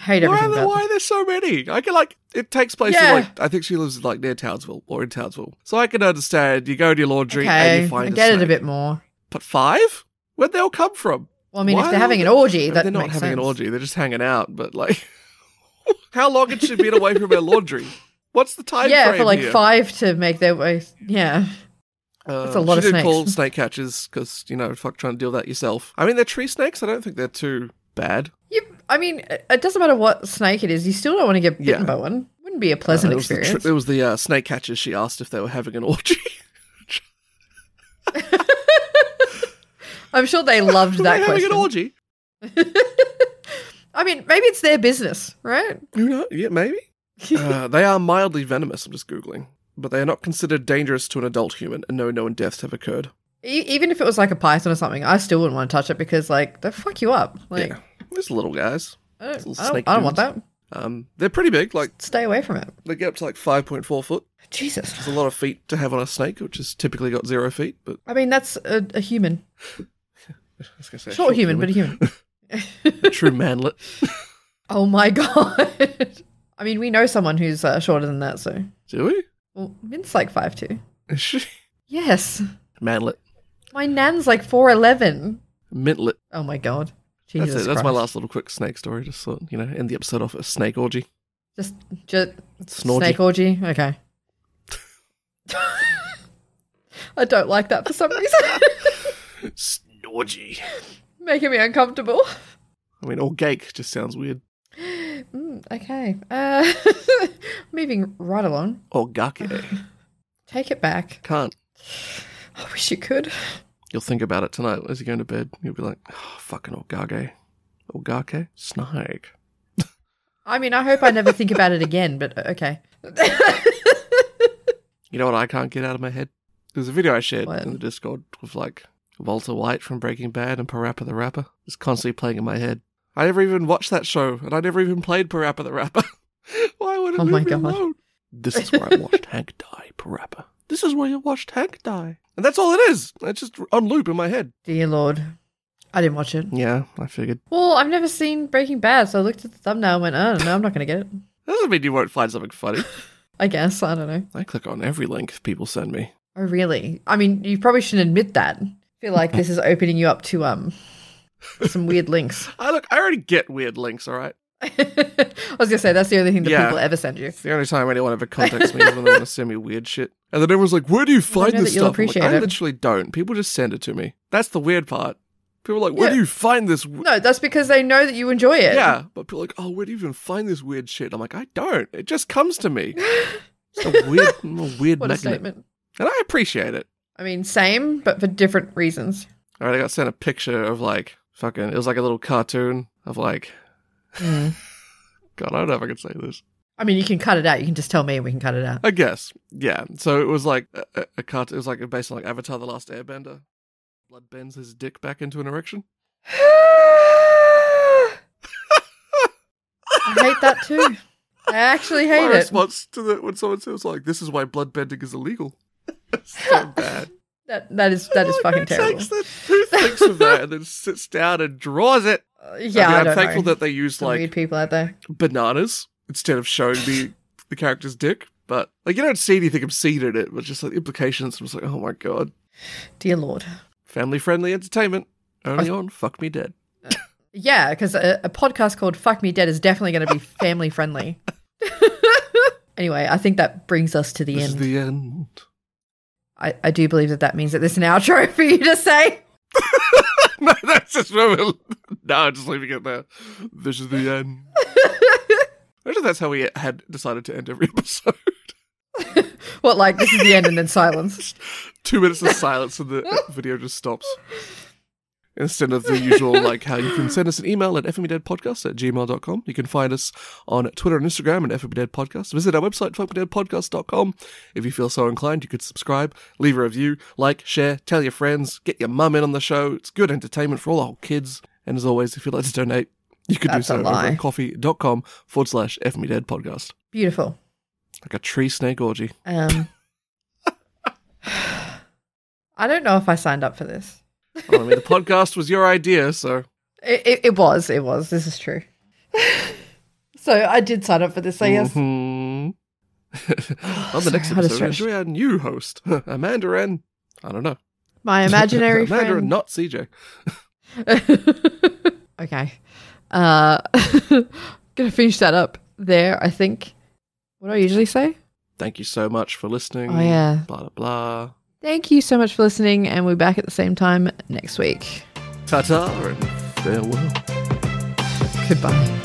Speaker 1: hate everything
Speaker 2: Why are, there,
Speaker 1: about
Speaker 2: why are there so many? I can like it takes place
Speaker 1: Yeah.
Speaker 2: in like I think she lives like near Townsville or in Townsville, so I can understand. You go to your laundry
Speaker 1: this.
Speaker 2: and
Speaker 1: Okay,
Speaker 2: you find
Speaker 1: I
Speaker 2: a
Speaker 1: get it a
Speaker 2: snake.
Speaker 1: bit more.
Speaker 2: But five? Where'd they all come from?
Speaker 1: Well, I mean,
Speaker 2: Why
Speaker 1: if they're
Speaker 2: are
Speaker 1: having
Speaker 2: they-
Speaker 1: an orgy,
Speaker 2: I mean,
Speaker 1: that
Speaker 2: they're not
Speaker 1: makes
Speaker 2: having an
Speaker 1: sense.
Speaker 2: orgy; they're just hanging out. But like, how long had she been away from her laundry? What's the time
Speaker 1: yeah,
Speaker 2: frame
Speaker 1: for like
Speaker 2: here?
Speaker 1: five to make their way. Yeah,
Speaker 2: Uh,
Speaker 1: that's a lot
Speaker 2: she
Speaker 1: of
Speaker 2: did
Speaker 1: snakes.
Speaker 2: call snake catchers because you know, fuck, trying to deal with that yourself. I mean, they're tree snakes. I don't think they're too bad.
Speaker 1: you. I mean, it it doesn't matter what snake it is. You still don't want to get bitten
Speaker 2: Yeah.
Speaker 1: by one. Wouldn't be a
Speaker 2: Uh,
Speaker 1: pleasant
Speaker 2: it was the,
Speaker 1: experience.
Speaker 2: tr- it was the uh, snake catchers. She asked if they were having an orgy.
Speaker 1: I'm sure they loved
Speaker 2: Were they
Speaker 1: that
Speaker 2: having
Speaker 1: question.
Speaker 2: an orgy?
Speaker 1: I mean, maybe it's their business, right?
Speaker 2: Who knows? Yeah, maybe. uh, they are mildly venomous. I'm just googling, but they are not considered dangerous to an adult human, and no known deaths have occurred.
Speaker 1: E- even if it was like a python or something, I still wouldn't want to touch it because like they fuck you up. Like
Speaker 2: yeah, there's little guys.
Speaker 1: I, don't,
Speaker 2: little
Speaker 1: I, don't,
Speaker 2: snake
Speaker 1: I don't want
Speaker 2: dudes.
Speaker 1: that.
Speaker 2: Um, they're pretty big. Like
Speaker 1: Stay away from it.
Speaker 2: they get up to like five point four foot.
Speaker 1: Jesus.
Speaker 2: It's a lot of feet to have on a snake, which has typically got zero feet. But
Speaker 1: I mean, that's a, a human.
Speaker 2: I was gonna say a
Speaker 1: Short, human, but a human.
Speaker 2: a true manlet.
Speaker 1: oh my god. I mean, we know someone who's uh, shorter than that, so.
Speaker 2: Do we?
Speaker 1: Well, Mint's like five two.
Speaker 2: Is she
Speaker 1: Yes.
Speaker 2: manlet?
Speaker 1: My nan's like 4'11.
Speaker 2: Mintlet.
Speaker 1: Oh my god.
Speaker 2: That's
Speaker 1: Jesus.
Speaker 2: it. That's my
Speaker 1: Christ.
Speaker 2: last little quick snake story. Just thought, you know, end the episode off with a snake orgy.
Speaker 1: Just, just
Speaker 2: Snorgy.
Speaker 1: snake orgy. Okay. I don't like that for some reason.
Speaker 2: Snorgy.
Speaker 1: Making me uncomfortable.
Speaker 2: I mean, organic just sounds weird.
Speaker 1: Mm, okay. Uh, moving right along.
Speaker 2: Orgake.
Speaker 1: Take it back.
Speaker 2: Can't.
Speaker 1: I wish you could.
Speaker 2: You'll think about it tonight as you go into bed. You'll be like, oh, fucking orgage. Orgake? Snake.
Speaker 1: I mean, I hope I never think about it again, but uh, okay.
Speaker 2: You know what I can't get out of my head? There's a video I shared
Speaker 1: What?
Speaker 2: in the Discord with like Walter White from Breaking Bad and Parappa the Rapper. It's constantly playing in my head. I never even watched that show, and I never even played Parappa the Rapper. why would it
Speaker 1: Oh
Speaker 2: leave
Speaker 1: my
Speaker 2: me
Speaker 1: God.
Speaker 2: alone? This is where I watched Hank die, Parappa. This is where you watched Hank die. And that's all it is. It's just on loop in my head.
Speaker 1: Dear Lord. I didn't watch it.
Speaker 2: Yeah, I figured.
Speaker 1: Well, I've never seen Breaking Bad, so I looked at the thumbnail and went, oh, no, I'm not going to get it.
Speaker 2: That doesn't mean you won't find something funny.
Speaker 1: I guess. I don't know.
Speaker 2: I click on every link people send me.
Speaker 1: Oh, really? I mean, you probably shouldn't admit that. I feel like this is opening you up to um some weird links.
Speaker 2: I look, I already get weird links, all right?
Speaker 1: I was going to say, that's the only thing that
Speaker 2: Yeah.
Speaker 1: people ever send you.
Speaker 2: It's the only time anyone ever contacts me is when they want to send me weird shit. And then everyone's like, where do you find
Speaker 1: know
Speaker 2: this
Speaker 1: that you'll
Speaker 2: stuff? I'm like,
Speaker 1: appreciate
Speaker 2: I
Speaker 1: it.
Speaker 2: literally don't. People just send it to me. That's the weird part. People are like, where
Speaker 1: Yeah.
Speaker 2: do you find this? w-
Speaker 1: No, that's because they know that you enjoy it.
Speaker 2: Yeah. But people are like, oh, where do you even find this weird shit? I'm like, I don't. It just comes to me. It's a weird, a weird
Speaker 1: What a
Speaker 2: magnet.
Speaker 1: statement.
Speaker 2: And I appreciate it.
Speaker 1: I mean, same, but for different reasons.
Speaker 2: All right, I got sent a picture of like fucking. It was like a little cartoon of like.
Speaker 1: Hmm.
Speaker 2: God, I don't know if I can say this.
Speaker 1: I mean, you can cut it out. You can just tell me and we can cut it out.
Speaker 2: I guess, yeah. So it was like a, a- a cartoon. It was like based on like Avatar: The Last Airbender. Blood bends his dick back into an erection.
Speaker 1: I hate that too. I actually hate
Speaker 2: My
Speaker 1: it.
Speaker 2: response to that when someone says like, "This is why blood bending is illegal." It's so bad.
Speaker 1: That, that is that is
Speaker 2: Like,
Speaker 1: fucking
Speaker 2: who
Speaker 1: terrible.
Speaker 2: Takes that, who thinks of that and then sits down and draws it?
Speaker 1: Uh, yeah,
Speaker 2: I mean,
Speaker 1: I
Speaker 2: am
Speaker 1: don't
Speaker 2: thankful
Speaker 1: know.
Speaker 2: that they used
Speaker 1: Some
Speaker 2: like
Speaker 1: weird people out there.
Speaker 2: bananas instead of showing the the character's dick. But like you don't see anything obscene in it, but just like the implications. I was like, oh my god,
Speaker 1: Dear Lord.
Speaker 2: family friendly entertainment only on Fuck Me Dead.
Speaker 1: Yeah, because a, a podcast called Fuck Me Dead is definitely going to be family friendly. anyway, I think that brings us to the
Speaker 2: This
Speaker 1: end.
Speaker 2: is the end.
Speaker 1: I, I do believe that that means that there's an outro for you to say.
Speaker 2: no, that's just where we're... no, I'm just leaving it there. This is the end. I wonder if that's how we had decided to end every episode.
Speaker 1: What, like, this is the end and then silence?
Speaker 2: Two minutes of silence and the video just stops. Instead of the usual, like how you can send us an email at fmbdeadpodcast at gmail.com. You can find us on Twitter and Instagram at fmbdeadpodcast. Visit our website, fmbdeadpodcast.com. If you feel so inclined, you could subscribe, leave a review, like, share, tell your friends, get your mum in on the show. It's good entertainment for all our kids. And as always, if you'd like to donate, you could
Speaker 1: That's a
Speaker 2: do so over
Speaker 1: lie.
Speaker 2: at coffee.com forward slash fmbdeadpodcast.
Speaker 1: Beautiful.
Speaker 2: Like a tree snake orgy.
Speaker 1: Um, I don't know if I signed up for this.
Speaker 2: Well, I mean, the podcast was your idea, so
Speaker 1: It, it, it was, it was. This is true. so I did sign up for this, I guess.
Speaker 2: Mhm. On the
Speaker 1: Sorry,
Speaker 2: next
Speaker 1: I had a
Speaker 2: episode, we
Speaker 1: stretch.
Speaker 2: enjoy our new host, Amanda Wren. I don't know.
Speaker 1: My imaginary
Speaker 2: Amanda
Speaker 1: friend.
Speaker 2: Wren, not CJ.
Speaker 1: okay. Uh gonna finish that up there, I think. What do I usually say?
Speaker 2: Thank you so much for listening.
Speaker 1: Oh yeah.
Speaker 2: Blah, blah,
Speaker 1: Thank you so much for listening and we're back at the same time next week.
Speaker 2: blah. Ta ta and farewell.
Speaker 1: Goodbye.